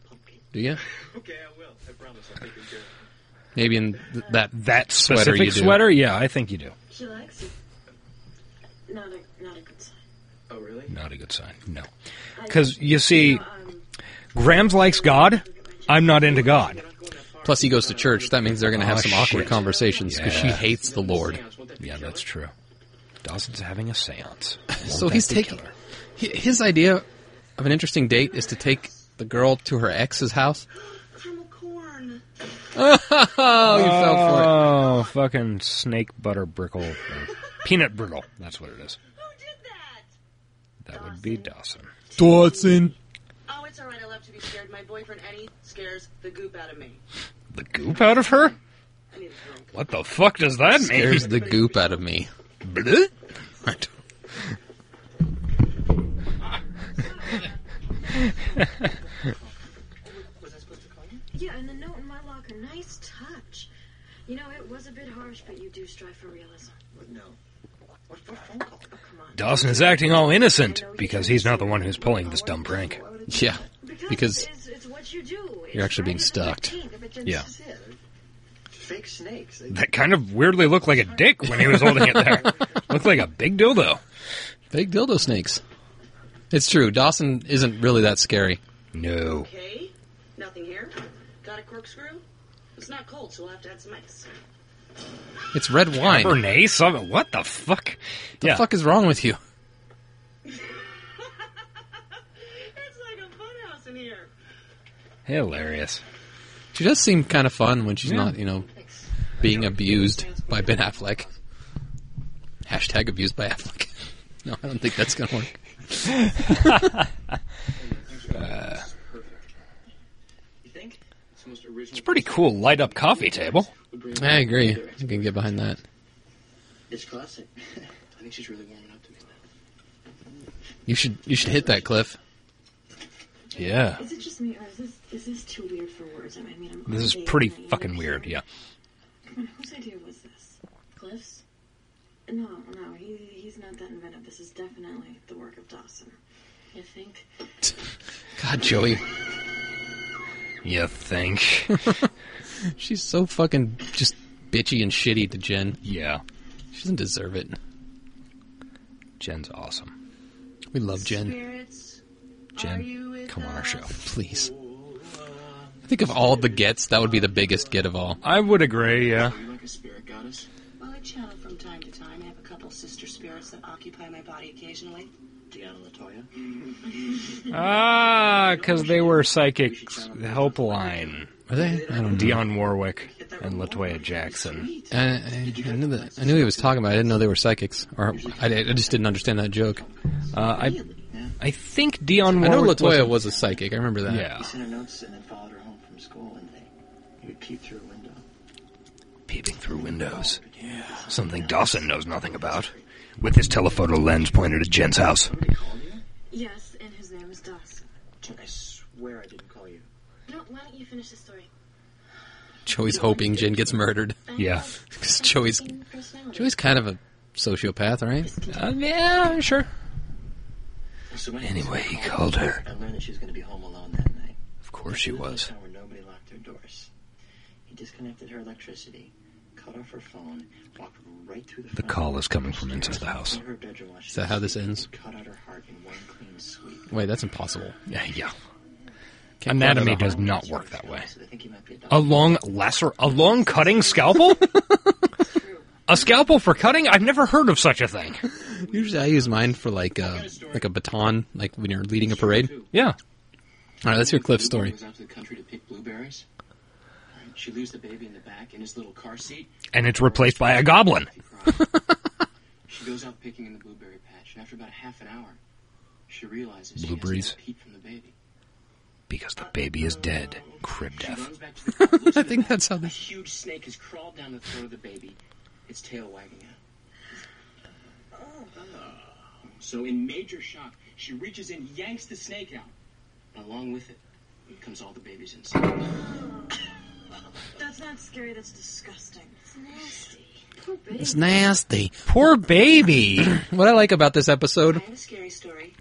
B: do you?
F: Okay, I will. I promise I'll take good care of her.
B: Maybe in th- that.
A: That
B: Sweater
A: specific
B: you do.
A: sweater? Yeah, I think you do.
C: She likes you. Not a, not a good sign.
F: Oh, really?
A: Not a good sign. No,
C: I-
A: because you see,
C: um,
A: Grams likes God. I'm not into God.
B: Plus, he goes to church. That means they're going to have
A: Oh,
B: some awkward
A: shit.
B: conversations because she
A: Yeah.
B: hates the Lord.
F: Seance, won't that be
A: Yeah,
F: killer?
A: that's true. Dawson's having a séance. Won't
B: So
A: that
B: he's
A: be
B: taking
A: killer?
B: hi- his idea of an interesting date is to take the girl to her ex's house.
H: Caramel corn.
B: Oh, you fell for
A: Oh, fucking snake butter brickle. or peanut brittle. That's what it is.
H: Who did that?
A: That would be Dawson.
B: it. Dawson.
H: Oh, it's all right. I love to be scared. My boyfriend Eddie scares the goop out of me.
A: The goop out of her?
H: I need a drink.
A: What the fuck does that
B: Scares the goop out of me.
A: mean? Bleh?
B: I don't-
G: Was I supposed to call you?
C: yeah, and the note in my locker. Nice touch. You know, it was a bit harsh, but you do strive for realism.
G: No. What for phone call?
C: Oh, come on.
A: Dawson is acting all innocent because he's not the one who's pulling this dumb prank.
B: Yeah. Because-
C: it's, it's what you do. It's
B: You're actually being
C: Friday the
B: stalked.
C: 13th, but then
A: Yeah.
C: this is it.
G: Fake snakes.
D: eh,
G: They-
A: That kind of weirdly looked like a dick when he was holding it there. looked like a big dildo.
B: Big dildo snakes. It's true. Dawson isn't really that scary.
A: No.
H: Okay. Nothing here. Got a corkscrew? It's not cold, so we'll have to add some ice.
B: It's red wine.
A: Bernay, some, what the fuck?
B: The
A: yeah.
B: fuck is wrong with you?
H: in the air.
A: Hilarious.
B: She does seem kind of fun when she's
A: Yeah.
B: not, you know, being abused by Ben Affleck. Hashtag abused by Affleck. No, I don't think that's gonna work.
D: You think? It's the most original.
A: It's a pretty cool light up coffee table.
B: I agree. I can get behind that.
D: It's classic. I think she's really warming up to me. now.
B: You should you should hit that cliff.
A: Yeah.
C: Is it just me, or is this is this too weird for words? I mean, I'm
A: This is
C: obviously
A: pretty
C: not even
A: fucking
C: sure.
A: weird. Yeah.
C: Come on, whose idea was this? Cliff's? No, no, he, he's not that inventive. This is definitely the work of Dawson. You think?
B: God, Joey,
A: You think?
B: she's so fucking just bitchy and shitty to Jen.
A: yeah.
B: She doesn't deserve it.
A: Jen's awesome.
B: We love Jen.
H: Spirits, are you
A: Jen,
H: with
A: come on our show.
H: us?
B: Please. I think of all the gets, that would be the biggest get of all.
A: I would agree. Yeah.
D: Are you like a spirit goddess?
H: Well, I channel from time to time. I have a couple sister spirits that occupy my body occasionally.
D: Deanna Latoya?
A: Ah, because they were psychics. Helpline.
B: Are they? I don't know.
A: Dionne Warwick and Latoya Jackson.
B: I, I, I knew that. I knew he was talking about. It. I didn't know they were psychics, or I, I just didn't understand that joke.
A: Uh, I, I think Dionne
B: I know
A: Warwick.
B: Latoya
A: wasn't-
B: was a psychic. I remember that.
A: Yeah.
G: You sent her notes and then followed her home from school, and they you would peep through a window.
A: Peeping through windows. Something Dawson knows nothing about. With his telephoto lens pointed at Jen's house.
C: Yes, and his name is Dawson.
G: Jen, I swear I didn't call you.
C: No, why don't you finish the story?
B: Joey's hoping Jen gets murdered.
C: I
A: Yeah.
C: have
B: 'Cause Joey's
C: a personality.
B: Joey's kind of a sociopath, right?
A: Uh, yeah, sure.
G: So when
A: Anyway, he called her.
G: I learned that she was going to be home alone that night.
A: Of course
G: She
A: she
G: lived in a
A: was.
G: town Where nobody locked their doors. He disconnected her electricity, cut off her phone, walked right through the.
A: The
G: front
A: call
G: door,
A: is coming from
G: upstairs,
A: inside the house.
G: to her bedroom while she
B: Is that how
G: was
B: this
G: sleeping,
B: ends?
G: Cut out her heart in one clean sweep.
B: Wait, that's impossible.
A: Yeah, yeah.
B: Can't
A: Anatomy
B: cut out a
A: does
B: heart.
A: not work that way.
G: So they think he might be a
A: A
G: doctor.
A: long lacer, a long cutting scalpel? a scalpel for cutting? I've never heard of such a thing.
B: Usually, I use mine for like uh like a baton, like when you're leading a parade.
A: Yeah.
B: All right, let's hear Cliff's story.
D: Goes out to the country to pick blueberries. All right, She leaves the baby in the back in his little car seat.
A: And it's replaced by a goblin.
D: She cries. she goes out picking in the blueberry patch, and after about half an hour, she realizes
A: Blueberries.
D: she has no peep from the baby.
A: Because the baby is dead. Crib
D: She
A: death.
D: runs back to the car. looks
B: I
D: in the
B: think
D: back.
B: that's how
D: A
B: they-
D: huge snake has crawled down the throat of the baby, its tail wagging out. So, in major shock, she reaches in, yanks the snake out, and along with it comes all the babies inside.
C: That's not scary, that's disgusting. It's nasty. Poor baby.
B: It's nasty.
A: Poor baby.
B: What I like about this episode
H: I have a scary story.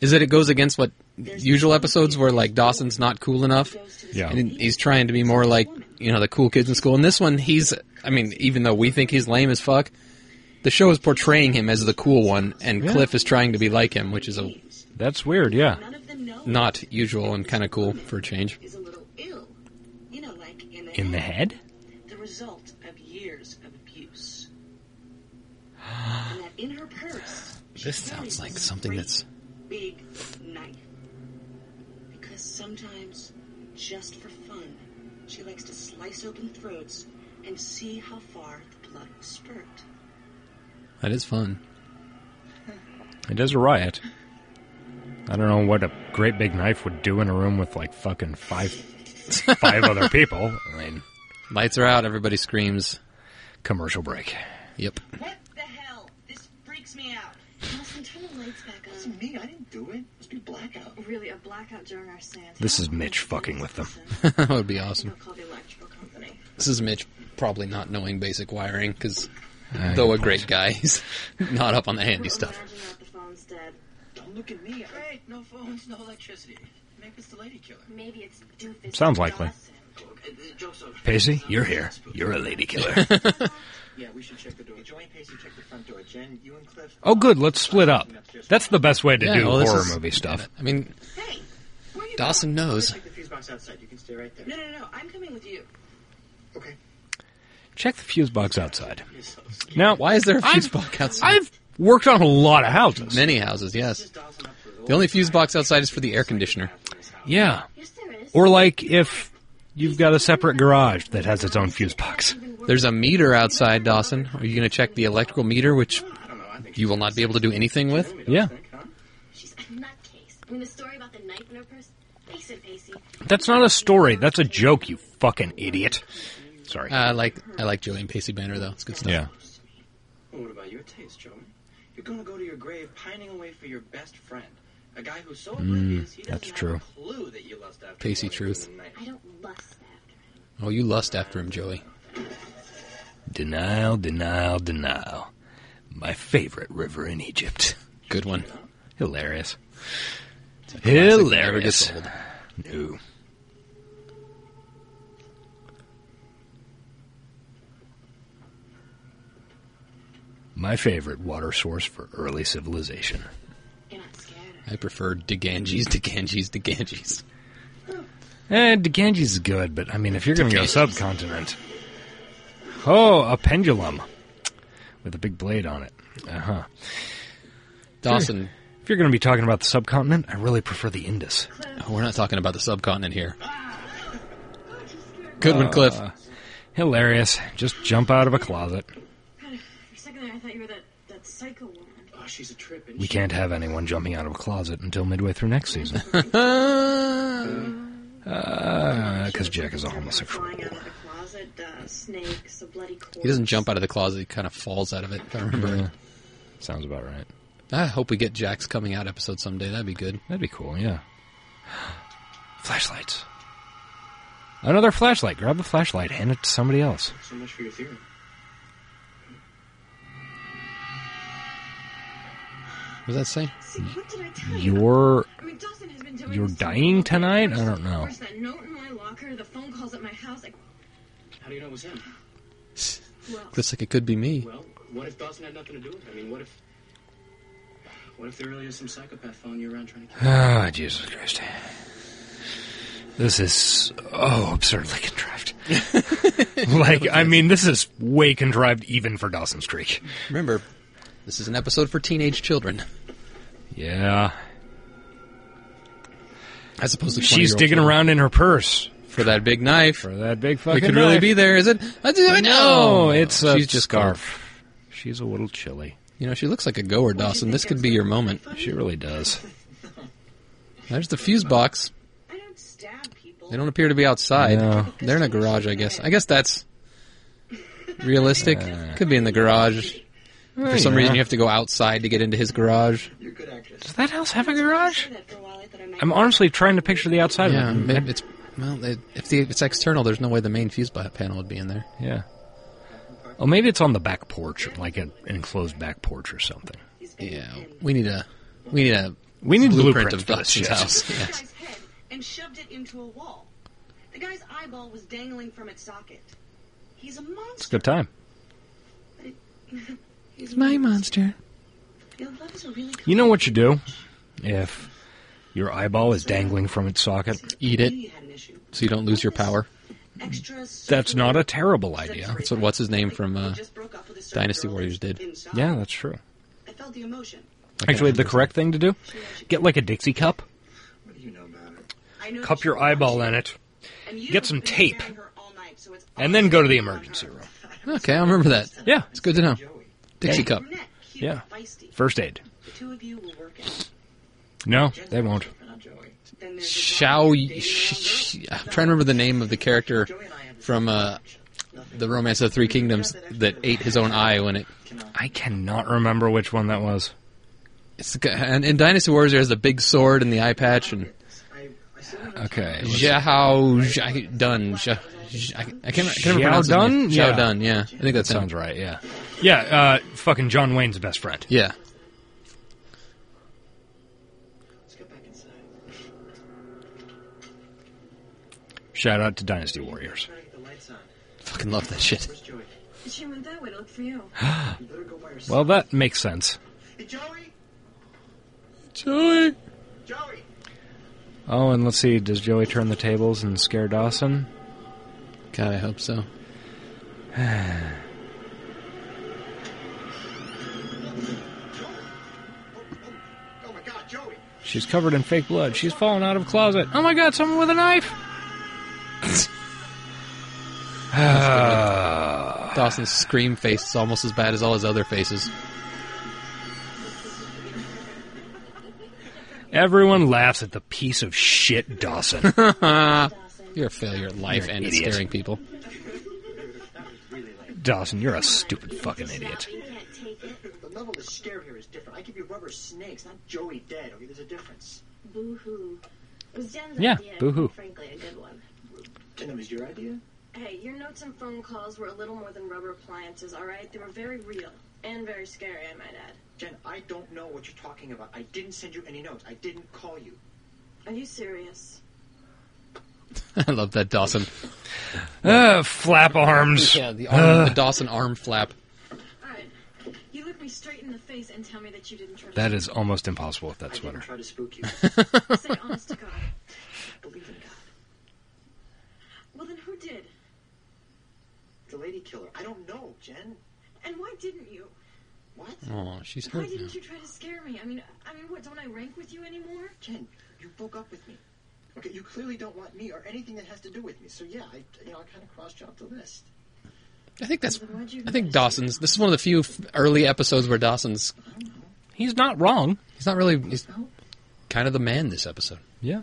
B: is that it goes against what usual episodes where like Dawson's not cool enough.
H: Goes to the
A: Yeah.
B: And he's trying to be more like you know the cool kids in school. And this one, he's I mean, even though we think he's lame as fuck, the show is portraying him as the cool one, and Cliff is trying to be like him, which is a
A: That's weird, yeah.
H: None of them know.
B: not usual and kind of cool for a change.
H: Is a little ill. You know, like in the
A: In the
H: head.
A: head?
H: The result of years of abuse. and that in her purse. she
B: This sounds
H: carries
B: like
H: this
B: something
H: great
B: that's
H: big knife. Because sometimes, just for fun, she likes to slice open throats and see how far the blood will spurt.
B: that is fun.
A: It is a riot. I don't know what a great big knife would do in a room with like fucking five five other people. I mean,
B: Lights are out. Everybody screams.
A: commercial break.
B: Yep.
H: What the hell? This freaks me out.
C: Dawson, turn the lights back
G: It's
C: on.
G: me. I didn't do it. Must be blackout.
C: Really, a blackout during our seance.
A: This is Mitch fucking with them.
B: that would be awesome.
C: I'll call the electrical company.
B: This is Mitch probably not knowing basic wiring because though a great guy, he's not up on the handy
C: We'll
B: stuff.
C: Imagine that the phone's dead.
G: Don't look at me. I-
D: Great, no phones, no electricity. Maybe it's the lady killer.
C: Maybe it's doofus.
A: Sounds likely.
C: Dawson.
D: Okay, uh, the joke's over.
A: Pacey, you're here. You're a lady killer.
G: Yeah, we should check the door. Joey and Pacey check the front door. Jen, you and Cliff.
A: oh, good. Let's split up. That's the best way to
B: Yeah,
A: do
B: well, this
A: horror
B: is-
A: movie stuff.
B: I mean,
H: Hey, where you
B: Dawson knows.
G: Check the fuse box outside. You can stay right there.
H: going? No, no, no. I'm coming with you.
G: Okay.
A: Check the fuse box outside. Now,
B: Why is there a fuse
A: I've-
B: box outside?
A: I've worked on a lot of houses.
B: Many houses, yes.
G: Just Dawson up for
B: The only fuse box outside is for the air conditioner.
A: Yeah.
C: Yes, there is.
A: Or like if you've got a separate garage that has its own fuse box.
B: There's a meter outside, Dawson. Are you going to check the electrical meter, which you will not be able to do anything with?
A: Yeah.
C: She's a nutcase. I mean, the story about the knife in her purse. Face it, Pacey.
A: That's not a story. That's a joke, you fucking idiot. Sorry.
B: I like I like Julian Pacey Banner though. It's good stuff.
A: yeah.
D: Well, what about your taste, Joey? You're gonna go to your grave pining away for your best friend, a guy who's so oblivious he doesn't
A: that's
D: have
A: true.
D: a clue that you lust after.
B: Pacey
D: Joey through
B: truth.
D: the night.
C: I don't lust after him.
B: Oh, you lust after him, Joey.
A: Denial, denial, denial. My favorite river in Egypt.
B: Good one.
A: Hilarious.
B: Classic, never gets
A: Hilarious.
B: old.
A: No. My favorite water source for early civilization.
C: You're not scared.
B: I prefer De Ganges, De Ganges, De Ganges.
A: Eh, the Ganges is good, but I mean, if you're going to go subcontinent. Oh, a pendulum with a big blade on it. Uh huh.
B: Dawson,
A: If you're going to be talking about the subcontinent, I really prefer the Indus.
B: oh, we're not talking about the subcontinent here. Good one, Cliff.
A: Hilarious. Just jump out of a closet.
C: For a second there, I thought you were that, that psycho woman.
D: Oh, she's a trip, and
A: We can't have anyone jumping out of a closet until midway through next season.
B: Uh.
A: Because Uh, Jack is a homosexual.
C: Flying out of the closet, uh, snakes, a bloody corpse.
B: He doesn't jump out of the closet. He kind of falls out of it, if I remember.
A: Yeah. Sounds about right.
B: I hope we get Jack's coming out episode someday. That'd be good.
A: That'd be cool, yeah. Flashlights. Another flashlight. Grab the flashlight, hand it to somebody else.
D: so much for your theory.
B: What does that say?
C: See, what did I tell you?
A: Your
C: I mean, Dawson has been doing
A: You're
C: this to me.
A: dying tonight? I don't know.
C: First that note in my locker, the phone calls at my house. Like,
D: How do you know it was him?
C: who else?
B: Looks like it could be me.
D: Well, what if Dawson had nothing to do with it? I mean, what if? What if there really is some psychopath following you around trying to kill
A: Ah, Jesus Christ. This is oh absurdly contrived. like, I mean, this is way contrived even for Dawson's Creek.
B: Remember, this is an episode for teenage children.
A: Yeah.
B: As opposed to
A: She's
B: 20-year-old
A: digging
B: children.
A: around in her purse
B: for that big knife.
A: for that big fucking
B: We could really
A: knife.
B: be there, is it? I do I know.
A: No, it's a
B: She's just
A: scarf. She's a little chilly.
B: You know, she looks like a goer, Dawson. This could be your moment.
A: She really does.
B: There's the fuse box.
H: I don't stab people.
B: They don't appear to be outside.
A: No.
B: They're in a garage, I guess. I guess that's realistic. Could be in the garage. For some reason, you have to go outside to get into his garage.
D: you? You're a good actress.
A: Does that house have a garage?
H: That for a while I thought I might
A: I'm honestly trying to picture the outside.
B: Yeah,
A: of it.
B: maybe it's well. It, if the, it's external, there's no way the main fuse bu- panel would be in there.
A: Yeah. Oh, maybe it's on the back porch, like an enclosed back porch or something.
H: He's been
B: Yeah,
H: in
B: we need a we need a
A: We need
B: blueprint, of
A: for this shit.
B: Dawson's house.
H: the
B: Yes.
H: guy's head and shoved it into a wall. The guy's eyeball was dangling from its socket. He's a
A: It's a
H: monster.
A: good time.
H: He's
B: My monster.
H: Your love is a really
A: You know what you do if your eyeball is dangling from its socket.
B: Eat
H: I
B: it
H: knew you had an issue.
B: so you don't lose your power.
H: Extra
A: That's not a
H: a
A: terrible idea.
B: That's what what's his name from uh, Dynasty Warriors did.
A: Yeah, that's true.
H: I felt the emotion.
A: Actually, the correct thing to do: get like a Dixie cup,
D: What do you know about her?
H: I know
A: cup
H: that
A: your
H: she
A: eyeball
H: watched
A: in
H: it,
A: it,
H: and you've
A: get some
H: been
A: tape,
H: scaring her all night, so it's
A: and then go to the
H: obviously
A: emergency
H: on her.
A: room.
B: Okay, I remember that.
A: Yeah,
B: It's good to know.
D: Joey.
B: Dixie cup.
H: Brunette, cute,
A: Yeah.
H: feisty.
A: first aid.
H: The two of you will work it.
A: No, they won't.
D: But not Joey.
H: Then there's the
B: Shao.
H: daughter
B: Sh-
H: dating around
B: Sh- I'm trying to remember the name of the character from uh, the Romance of the Three Kingdoms that ate his own eye when it.
A: I cannot remember which one that was.
B: It's the guy- and in Dynasty Warriors, he has the big sword and the eye patch and
D: I, I still don't know
A: Okay, it was-
B: Zhao Zha- Dun. Zha- Zha- I I can't I can't
A: Zhao
B: pronounce his name.
A: Dun?
B: Zhao
A: Yeah.
B: Dun. Yeah, I think that
A: sounds
B: sounds.
A: right. Yeah, yeah. Uh, fucking John Wayne's best friend.
B: Yeah.
D: Let's get back inside.
A: Shout out to Dynasty Warriors.
D: Try to get the lights on.
B: Fucking love that shit.
D: Where's Joey?
C: She went that way to look for you.
D: You better go by yourself.
A: Well, that makes sense.
D: hey, Joey!
B: Joey.
D: Joey!
A: Oh, and let's see. Does Joey turn the tables and scare Dawson?
B: God, I hope so.
D: Oh, oh, oh my God, Joey!
A: She's covered in fake blood. She's fallen out of a closet. Oh my god, someone with a knife! Ah.
B: Dawson's scream face is almost as bad as all his other faces.
A: Everyone laughs at the piece of shit Dawson.
B: You're a failure at life
A: You're an
B: and at
A: idiot.
B: scaring people.
A: Dawson, you're a stupid fucking idiot.
C: He can't take it.
D: The level of scare here is different. I give you rubber snakes, not Joey dead. Okay, there's a difference.
H: Boo hoo. It was Jen's
A: Yeah,
H: idea.
A: boo-hoo.
H: Frankly, a good one.
D: And that was your idea?
H: Hey, your notes and phone calls were a little more than rubber appliances, all right? They were very real and very scary, I might add.
D: Jen, I don't know what you're talking about. I didn't send you any notes. I didn't call you.
H: Are you serious?
B: I love that Dawson.
A: Uh, flap arms. Uh,
B: Yeah, the, arm, Uh, the Dawson arm flap.
H: All right. You look me straight in the face and tell me that you didn't trust
A: That
H: me.
A: is almost impossible with that
D: I didn't
A: sweater.
D: try to spook you.
H: Say honest to God.
D: Believe in God.
H: Well, then who did?
D: The lady killer. I don't know, Jen.
H: And why didn't you?
D: What?
B: Oh, she's
H: Why
B: hurt. now.
H: didn't you try to scare me? I mean, I mean, what? Don't I rank with you anymore?
D: Jen, you broke up with me. Okay, you clearly don't want me or anything that has to do with me. So yeah, I you know I kind of cross chopped the list.
B: I think that's.
H: Then why'd you
B: I think Dawson's. This is one of the few f- early episodes where Dawson's.
A: He's not wrong.
B: He's not really. He's
D: No,
B: kind of the man this episode.
A: Yeah.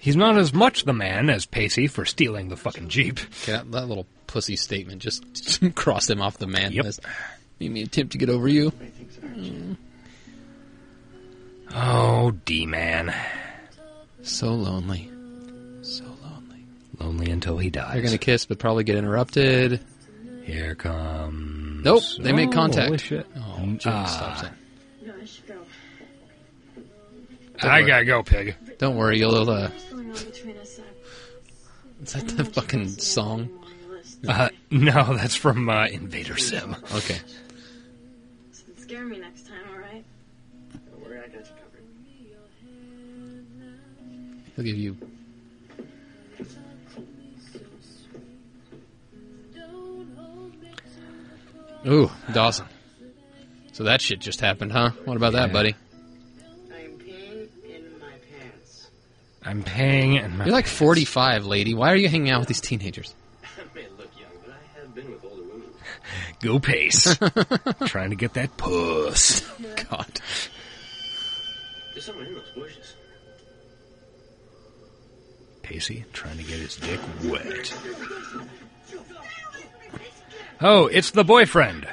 A: He's not as much the man as Pacey for stealing the fucking Jeep.
B: Okay, that, that little pussy statement just crossed him off the man
A: Yep.
B: list. Made me attempt to get over you.
D: many things are. Jen.
A: Oh, D Man.
B: So lonely. So lonely.
A: Lonely until he dies.
B: They're gonna kiss, but probably get interrupted.
A: Here comes.
B: Nope, they make
A: Oh,
B: contact.
A: Holy shit.
B: Oh, Jim
A: Ah.
B: stops it.
H: No, I should go.
A: I gotta go, pig.
B: Don't worry, you'll. Uh,
H: What's going on between us? I-
B: is
H: I
B: that
H: know
B: the
H: what you
B: fucking
H: personally
B: song?
H: have on your list.
A: Uh, no, that's from uh, Invader Sim.
B: Okay.
H: So then scare me next time, all right?
D: Don't worry, I got you covered.
B: He'll give you. Ooh, Dawson. So that shit just happened, huh? What about that,
A: Yeah.
B: buddy?
C: I'm peeing in my pants.
A: I'm paying and my
B: You're like 45, lady. Why are you hanging out with these teenagers?
I: I may look young, but I have been with older women.
A: go pace. Trying to get that puss.
B: God.
I: There's someone in those bushes.
A: Pacey trying to get his dick wet. Oh, it's the boyfriend.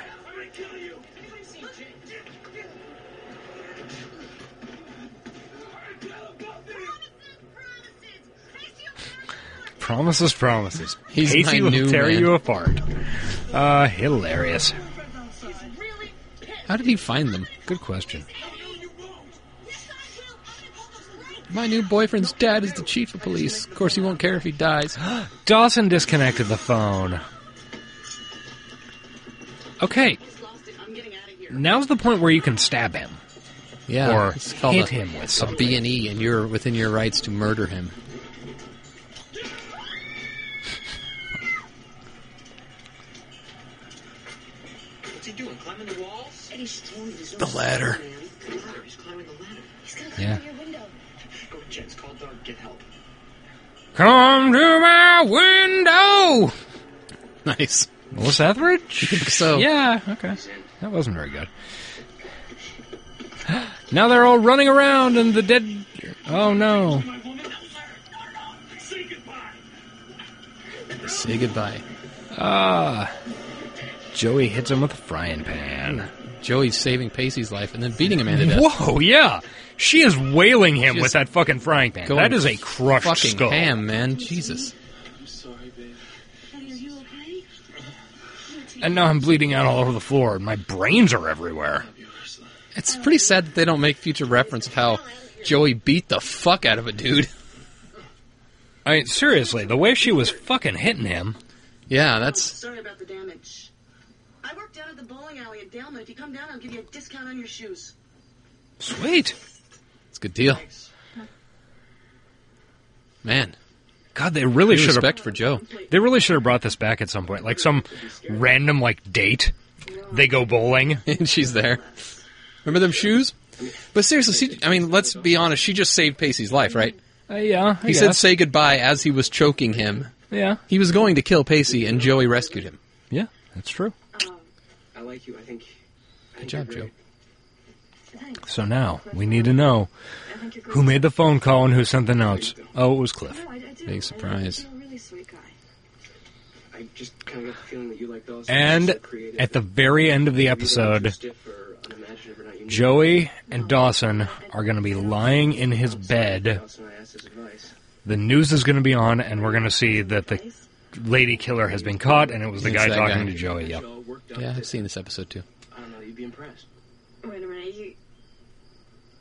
A: Promises, promises.
B: He's
A: Pacey
B: my
A: will
B: new
A: tear
B: man.
A: you apart. Uh, hilarious.
B: How did he find them?
A: Good question.
B: My new boyfriend's dad is the chief of police. Of course, he won't care if he dies.
A: Dawson disconnected the phone. Okay,
C: He's lost it. I'm getting out of here.
A: now's the point where you can stab him
B: Yeah,
A: or
B: it's called
A: hit
B: a,
A: him with
B: a
A: something.
B: B and E, and you're within your rights to murder him.
I: What's he doing? Climbing the walls?
C: Eddie should tell me this.
B: The ladder.
D: The ladder. He's climbing the ladder.
C: He's gonna
A: Yeah.
C: climb through your window.
D: Go, Jen's call dog. Get help.
A: Come to my window.
B: Nice.
A: Melissa Etheridge?
B: So
A: Yeah, okay. That wasn't very good. Now they're all running around and the dead. Oh no.
J: My woman, say goodbye.
B: say goodbye.
A: Ah. Joey hits him with a frying pan.
B: Joey's saving Pacey's life and then beating a man to death.
A: Whoa, yeah. She is wailing him
B: She's
A: with that fucking frying pan.
B: Going
A: That is a crushed
B: fucking
A: skull.
B: ham, man. Jesus.
J: I'm sorry, babe.
C: Eddie, are you okay?
A: And now I'm bleeding out all over the floor and my brains are everywhere.
J: Love you, Ursula.
B: It's pretty sad that they don't make future reference of how Joey beat the fuck out of a dude.
A: I mean, seriously, the way she was fucking hitting him.
B: Yeah,
C: Oh,
B: that's
C: sorry about the damage. I worked out at the bowling alley at Delma. If you come down, I'll give you a discount on your shoes.
A: Sweet.
B: it's a good deal. Man,
A: God, they really
B: due
A: should have
B: respect for Joe.
A: They really should have brought this back at some point, like some random like date. They go bowling.
B: And she's there. Remember them shoes? But seriously, she, I mean, let's be honest. She just saved Pacey's life, right?
A: Uh, yeah, I
B: He said
A: guess.
B: say goodbye as he was choking him.
A: yeah,
B: He was going to kill Pacey, and Joey rescued him.
A: yeah, that's true.
D: I like you. I think.
B: Good job, Joe.
H: Thanks.
A: So now we need to know
H: I think you're
A: who made the phone call and who sent the notes. Oh, it was Cliff.
H: No, I, I do.
B: Big surprise.
H: I, you're a really sweet guy.
D: I just kind of got the feeling that you liked all.
A: And at the very end of the episode, Joey and Dawson are going to be lying in his bed. The news is going to be on, and we're going to see that the
H: Nice.
A: lady killer has been caught, and it was the
B: It's
A: guy
B: that
A: talking
B: guy.
A: to Joey. Yep.
B: Yeah, I've seen this episode too.
D: I don't know. You'd be impressed.
H: Wait a minute. You,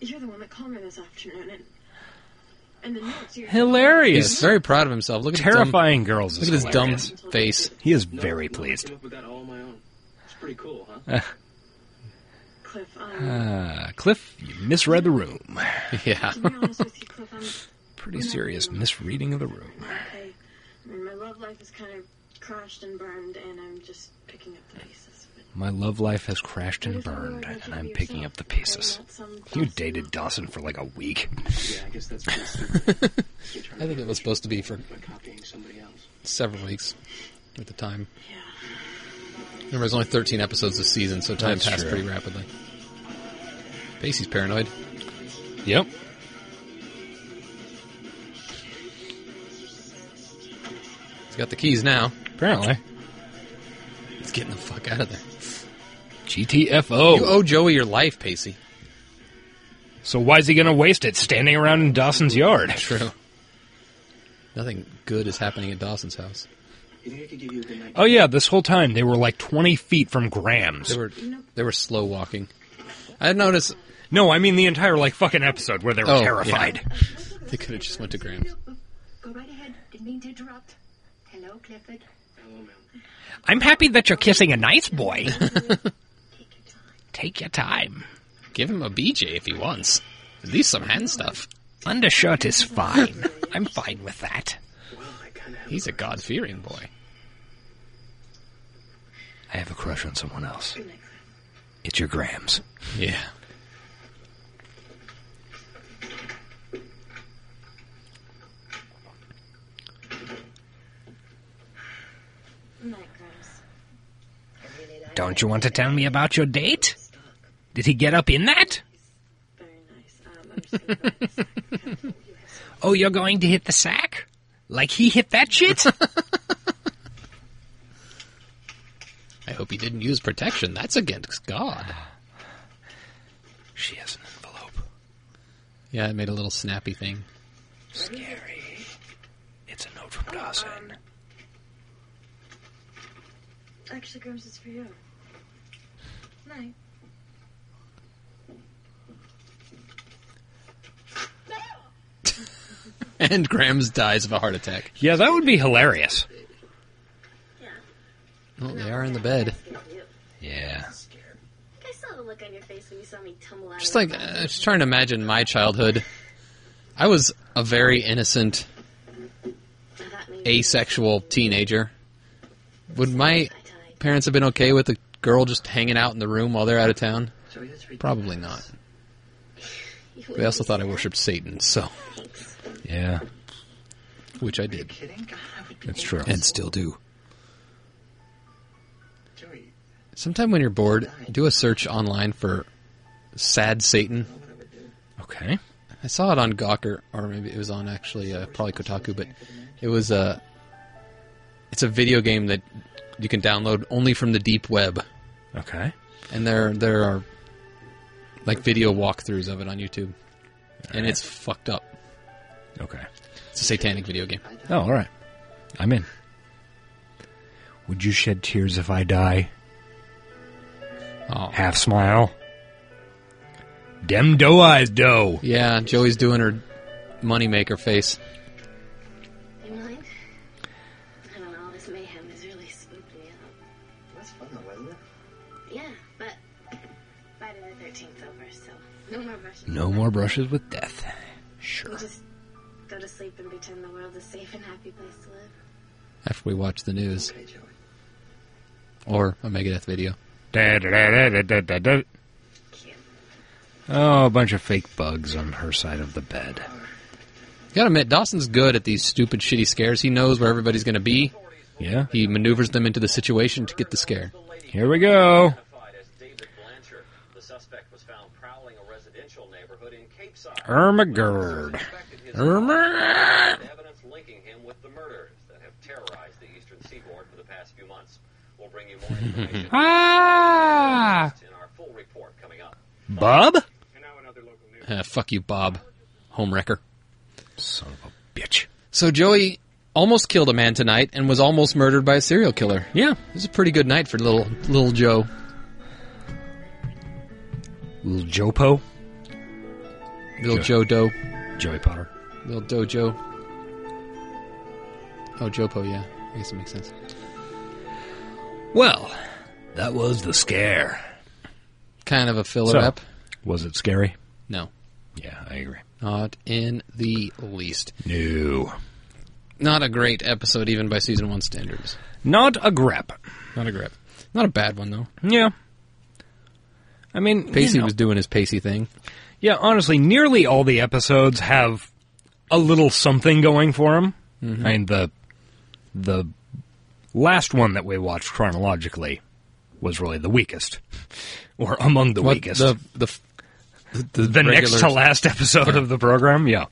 H: you're the one that called me this afternoon, and and the notes. You,
A: Hilarious.
B: He's very proud of himself. Look at his dumb-
A: Terrifying girls. Is
B: Look at his dumb
A: hilarious.
B: face.
A: He is
D: No,
A: very
D: no, I
A: pleased.
D: came up with that all on my own. It's pretty cool, huh?
H: Cliff. Um,
A: Uh, Cliff, you misread the room.
B: Yeah.
H: to be honest with you, Cliff, I'm
A: Pretty serious misreading of the room.
H: okay. I mean, my love life is kind of crashed and burned, and I'm just picking up the pieces. But
A: My love life has crashed
H: what
A: and
H: if I
A: burned,
H: realize
A: and
H: you
A: I'm
H: for
A: picking
H: yourself
A: up the
H: and
A: pieces.
H: not some
A: You
H: Dawson
A: dated
H: love?
A: Dawson for like a week.
D: Yeah, I guess that's pretty stupid.
B: I think it was supposed to be for
D: By copying somebody else.
B: several weeks at the time.
H: Yeah.
B: Remember, there's only 13 episodes this season, so time
A: That's
B: passed
A: true.
B: pretty rapidly. Pacey's paranoid.
A: Yep.
B: He's got the keys now.
A: Apparently.
B: He's getting the fuck out of there.
A: GTFO.
B: You owe Joey your life, Pacey.
A: so why is he going to waste it standing around in Dawson's yard?
B: True. Nothing good is happening at Dawson's house.
D: You think I could give you a good
B: Uh,
D: night?
A: Oh yeah, this whole time they were like 20 feet from
B: They
A: Graham's.
B: were they were slow walking. I had noticed
A: No, I mean the entire like fucking episode where they were
B: Oh, yeah.
A: terrified.
B: they could have just went to Graham's.
K: Go right ahead. Didn't mean to interrupt. Hello, Clifford.
D: Hello, ma'am.
A: I'm happy that you're kissing a nice boy.
K: Take your time.
A: Take your time.
B: Give him a BJ if he wants. At least some hand stuff.
A: Undershirt is fine. I'm fine with that.
D: Well, Oh, I kind of have.
B: He's a God fearing boy.
A: I have a crush on someone else.
H: Good night, Cliff.
A: It's your Grams.
B: Yeah.
H: Good night, Grimes.
A: Don't you want to tell me about your date? Did he get up in that?
H: Very nice. Um, I'm just gonna go ahead and sign.
A: Oh, you're going to hit the sack? Like he hit that shit?
B: I hope he didn't use protection. That's against God.
A: she has an envelope.
B: Yeah, it made a little snappy thing.
A: Scary. It's a note from Dawson.
H: Actually, Grimes, it's for you. Night.
B: And Grams dies of a heart attack.
A: Yeah, that would be hilarious.
B: Well, they are in the bed.
A: Yeah.
C: I saw the look on your face when you saw me tumble out.
B: Just like, uh, just trying to imagine my childhood. I was a very innocent, asexual teenager. Would my parents have been okay with a girl just hanging out in the room while they're out of town?
D: Joey, that's ridiculous.
B: Probably not. They also thought I worshipped Satan, so
A: Yeah,
B: which I
D: Are you
B: did
D: kidding? God, I would be
A: that's true.
B: and still do.
D: Joey, you
B: Sometime when you're bored, do a search online for "sad Satan."
D: know what I would do?
A: Okay.
B: I saw it on Gawker, or maybe it was on actually uh, probably Kotaku, but it was Uh, it's a video game that you can download only from the deep web,
A: Okay.
B: and there there are like video walkthroughs of it on YouTube, and it's fucked up.
A: Okay.
B: It's a satanic video game.
A: Oh, all right. I'm in. Would you shed tears if I die?
B: Oh.
A: Half smile. Dem doe eyes doe.
B: Yeah, Joey's doing her moneymaker face.
C: You mind? I don't know. All this mayhem has really spooked me out.
D: That's fun, though, wasn't it?
C: Yeah, but Friday the 13th's over, so no more rushes.
A: No more brushes with death.
C: We
A: Sure.
C: just go to sleep and pretend the world's a safe and happy place to live.
B: After we watch the news
D: Okay, Joey.
B: or a Megadeth video.
A: Da, da, da, da, da, da, da.
C: Cute.
A: Oh, a bunch of fake bugs on her side of the bed.
B: gotta admit, Dawson's good at these stupid, shitty scares. He knows where everybody's gonna be.
A: Yeah.
B: He maneuvers them into the situation to get the scare.
A: Here we go. Irma Gerd. Irma.
L: Evidence linking him with the murders that have terrorized the eastern seaboard for the past few months. We'll bring you more information
A: Ah.
L: in our full report coming up.
A: Bub?
B: Ah, fuck you, Bob. Homewrecker.
A: Son of a bitch.
B: So Joey almost killed a man tonight and was almost murdered by a serial killer.
A: Yeah.
B: This is a pretty good night for little little Joe.
A: Little Jopo.
B: Little
A: Joe.
B: Joe Doe.
A: Joey Potter.
B: Little Dojo. Oh, Jopo, yeah. I guess it makes sense.
A: Well, that was the scare.
B: Kind of a filler
A: So-
B: up.
A: Was it scary?
B: No.
A: Yeah, I agree.
B: Not in the least.
A: No.
B: Not a great episode, even by season one standards.
A: Not a grep.
B: Not a grip. Not a bad one, though.
A: Yeah. I mean,
B: Pacey
A: you know.
B: was doing his Pacey thing.
A: Yeah, honestly, nearly all the episodes have a little something going for them. I mean, the the last one that we watched chronologically was really the weakest, or among the
B: What,
A: weakest.
B: The, the, f-
A: the next to
B: regulars-
A: last episode of the program, yeah.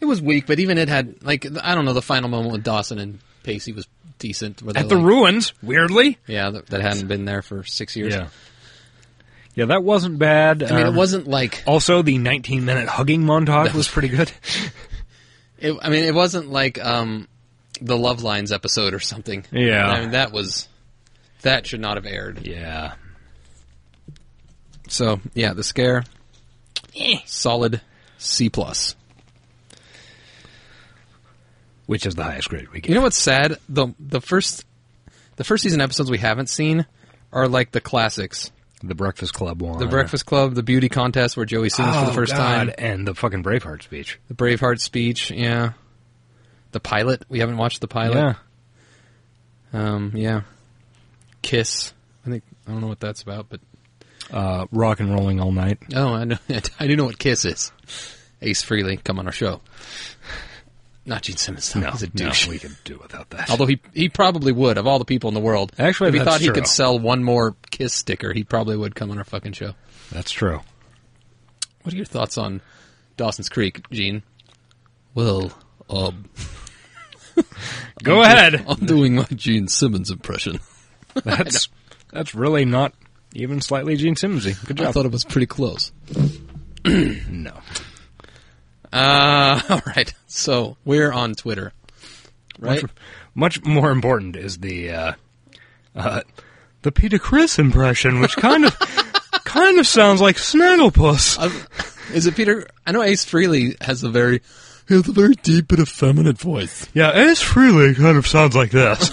B: It was weak, but even it had like th- I don't know the final moment with Dawson and Pacey was decent. where they,
A: At the
B: like-
A: ruins, weirdly.
B: yeah, that, that hadn't been there for six years.
A: Yeah. Yeah, that wasn't bad.
B: I mean,
A: Um,
B: it wasn't like
A: Also, the 19 minute hugging montage was pretty good.
B: it, I mean, it wasn't like um, the Love Lines episode or something.
A: Yeah.
B: I mean that was that should not have aired.
A: yeah.
B: So yeah, the scare,
A: Eh.
B: solid C plus.
A: Which is the highest grade we get.
B: You know what's sad? the The first the first season episodes we haven't seen are like the classics:
A: the Breakfast Club one.
B: the Breakfast Club, the Beauty Contest, where Joey sings for the
A: Oh,
B: first
A: God,
B: time.
A: And the fucking Braveheart speech.
B: The Braveheart speech, yeah. The pilot. We haven't watched the pilot. Yeah. Um, yeah. Kiss. I think I don't know what that's about, but
A: Uh, rock and rolling all night.
B: oh, I know. I do know what Kiss is. Ace Freely, come on our show. Not Gene Simmons. Though. He's a douche.
A: we can do without that.
B: Although he he probably would of all the people in the world.
A: Actually,
B: if he
A: that's
B: thought he
A: true.
B: could sell one more Kiss sticker, he probably would come on our fucking show.
A: that's true.
B: What are your thoughts on Dawson's Creek, Gene? Well, um,
A: Go ahead.
B: I'm doing my Gene Simmons impression.
A: That's that's really not even slightly Gene Simmonsy. Good job.
B: I thought it was pretty close.
A: no.
B: Uh, all right. So we're on Twitter, right?
A: Much more important is the uh, uh, the Peter Chris impression, which kind of kind of sounds like Snagglepuss.
B: Uh, Is it Peter? I know Ace Freely has a very he has a very deep and effeminate voice.
A: yeah, Ace Freely kind of sounds like this.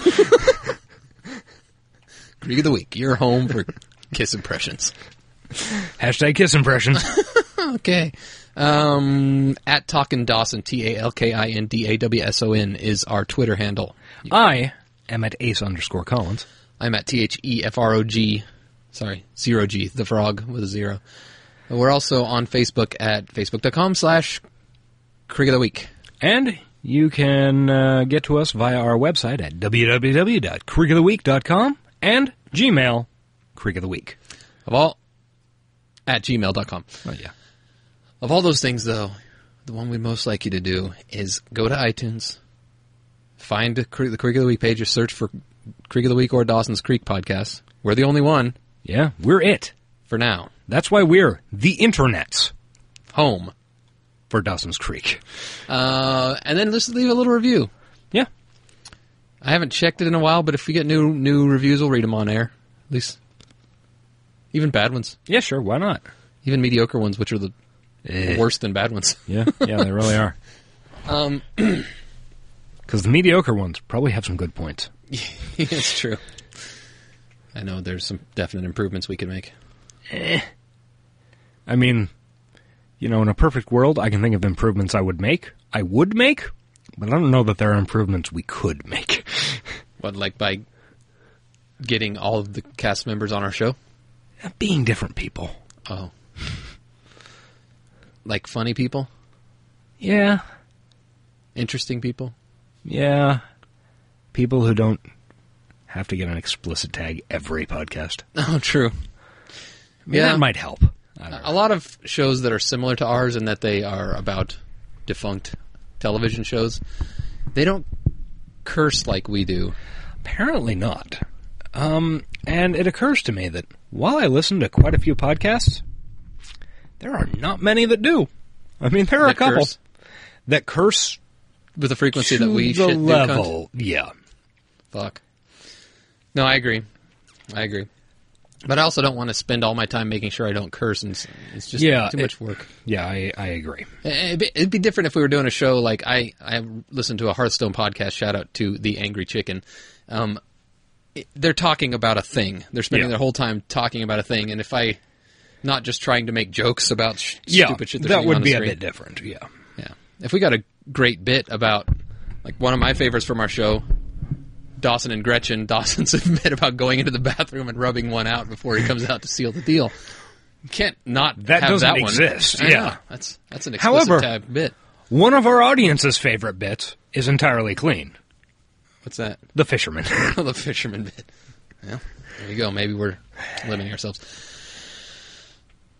B: Creek of the week. You're home for kiss impressions.
A: Hashtag kiss impressions.
B: Okay. Um, at Talkin Dawson T A L K I N D A W S O N is our Twitter handle.
A: I am at Ace underscore Collins.
B: I'm at T H E F R O G. Sorry, zero G, the frog with a zero. And We're also on Facebook at facebook.com slash Creek of the Week.
A: And you can uh, get to us via our website at www.creekoftheweek.com and Gmail, Creek of the Week.
B: Of all, at gmail.com.
A: Oh, yeah.
B: Of all those things, though, the one we'd most like you to do is go to iTunes, find the Creek the Creek of the Week page, or search for Creek of the Week or Dawson's Creek podcast. We're the only one
A: Yeah, we're it.
B: for now.
A: That's why we're the internets
B: Home.
A: for Dawson's Creek.
B: Uh, and then just leave a little review.
A: Yeah.
B: I haven't checked it in a while, but if we get new new reviews, we'll read them on air. At least, even bad ones,
A: Yeah, sure. Why not?
B: even mediocre ones, which are the worse than bad ones.
A: Yeah, yeah, they really are.
B: Um,
A: Because the mediocre ones probably have some good points.
B: it's true. I know there's some definite improvements we could make.
A: I mean, you know, in a perfect world, I can think of improvements I would make, I would make, but I don't know that there are improvements we could make.
B: What, like by getting all of the cast members on our show?
A: Being different people.
B: Oh, Like funny people,
A: Yeah.
B: interesting people.
A: Yeah. People who don't have to get an explicit tag every podcast.
B: Oh, true.
A: I mean,
B: Yeah.
A: That might help. I don't know.
B: A lot of shows that are similar to ours in that they are about defunct television shows. They don't curse like we do.
A: Apparently not. Um, and it occurs to me that while I listen to quite a few podcasts, there are not many that do. I mean, there are a
B: That
A: couple
B: curse?
A: that curse
B: with the frequency
A: to
B: that we
A: the
B: should do. content.
A: level. yeah.
B: Fuck. No, I agree. I agree. But I also don't want to spend all my time making sure I don't curse, and it's- it's just
A: Yeah,
B: too
A: it-
B: much work.
A: Yeah, I, I agree.
B: It'd be, it'd be different if we were doing a show like I I listened to a Hearthstone podcast. Shout out to the Angry Chicken. Um, it- they're talking about a thing. They're spending
A: Yeah.
B: their whole time talking about a thing, and if I not just trying to make jokes about sh-
A: Yeah,
B: stupid shit, they're
A: that
B: seeing on
A: would
B: the
A: be a
B: screen.
A: bit different. Yeah.
B: Yeah. If we got a great bit about, like, one of my favorites from our show, Dawson and Gretchen, Dawson's bit about going into the bathroom and rubbing one out before he comes out to seal the deal. Can't not
A: That
B: have
A: doesn't
B: that one.
A: exist,
B: I know.
A: yeah.
B: that's that's an explicit
A: However-
B: type bit.
A: One of our audience's favorite bits is entirely clean.
B: What's that?
A: The fisherman.
B: the fisherman bit. Well, there you go. Maybe we're limiting ourselves.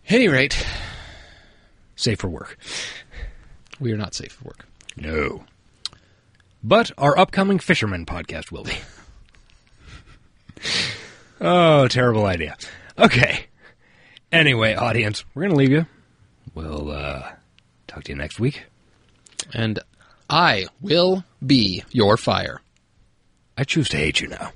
B: Any rate,
A: Safe for work.
B: we are not safe for work.
A: No. But our upcoming fisherman podcast will be. oh, terrible idea. Okay. Anyway, audience, we're going to leave you. We'll uh, talk to you next week.
B: And I will be your fire.
A: I choose to hate you now.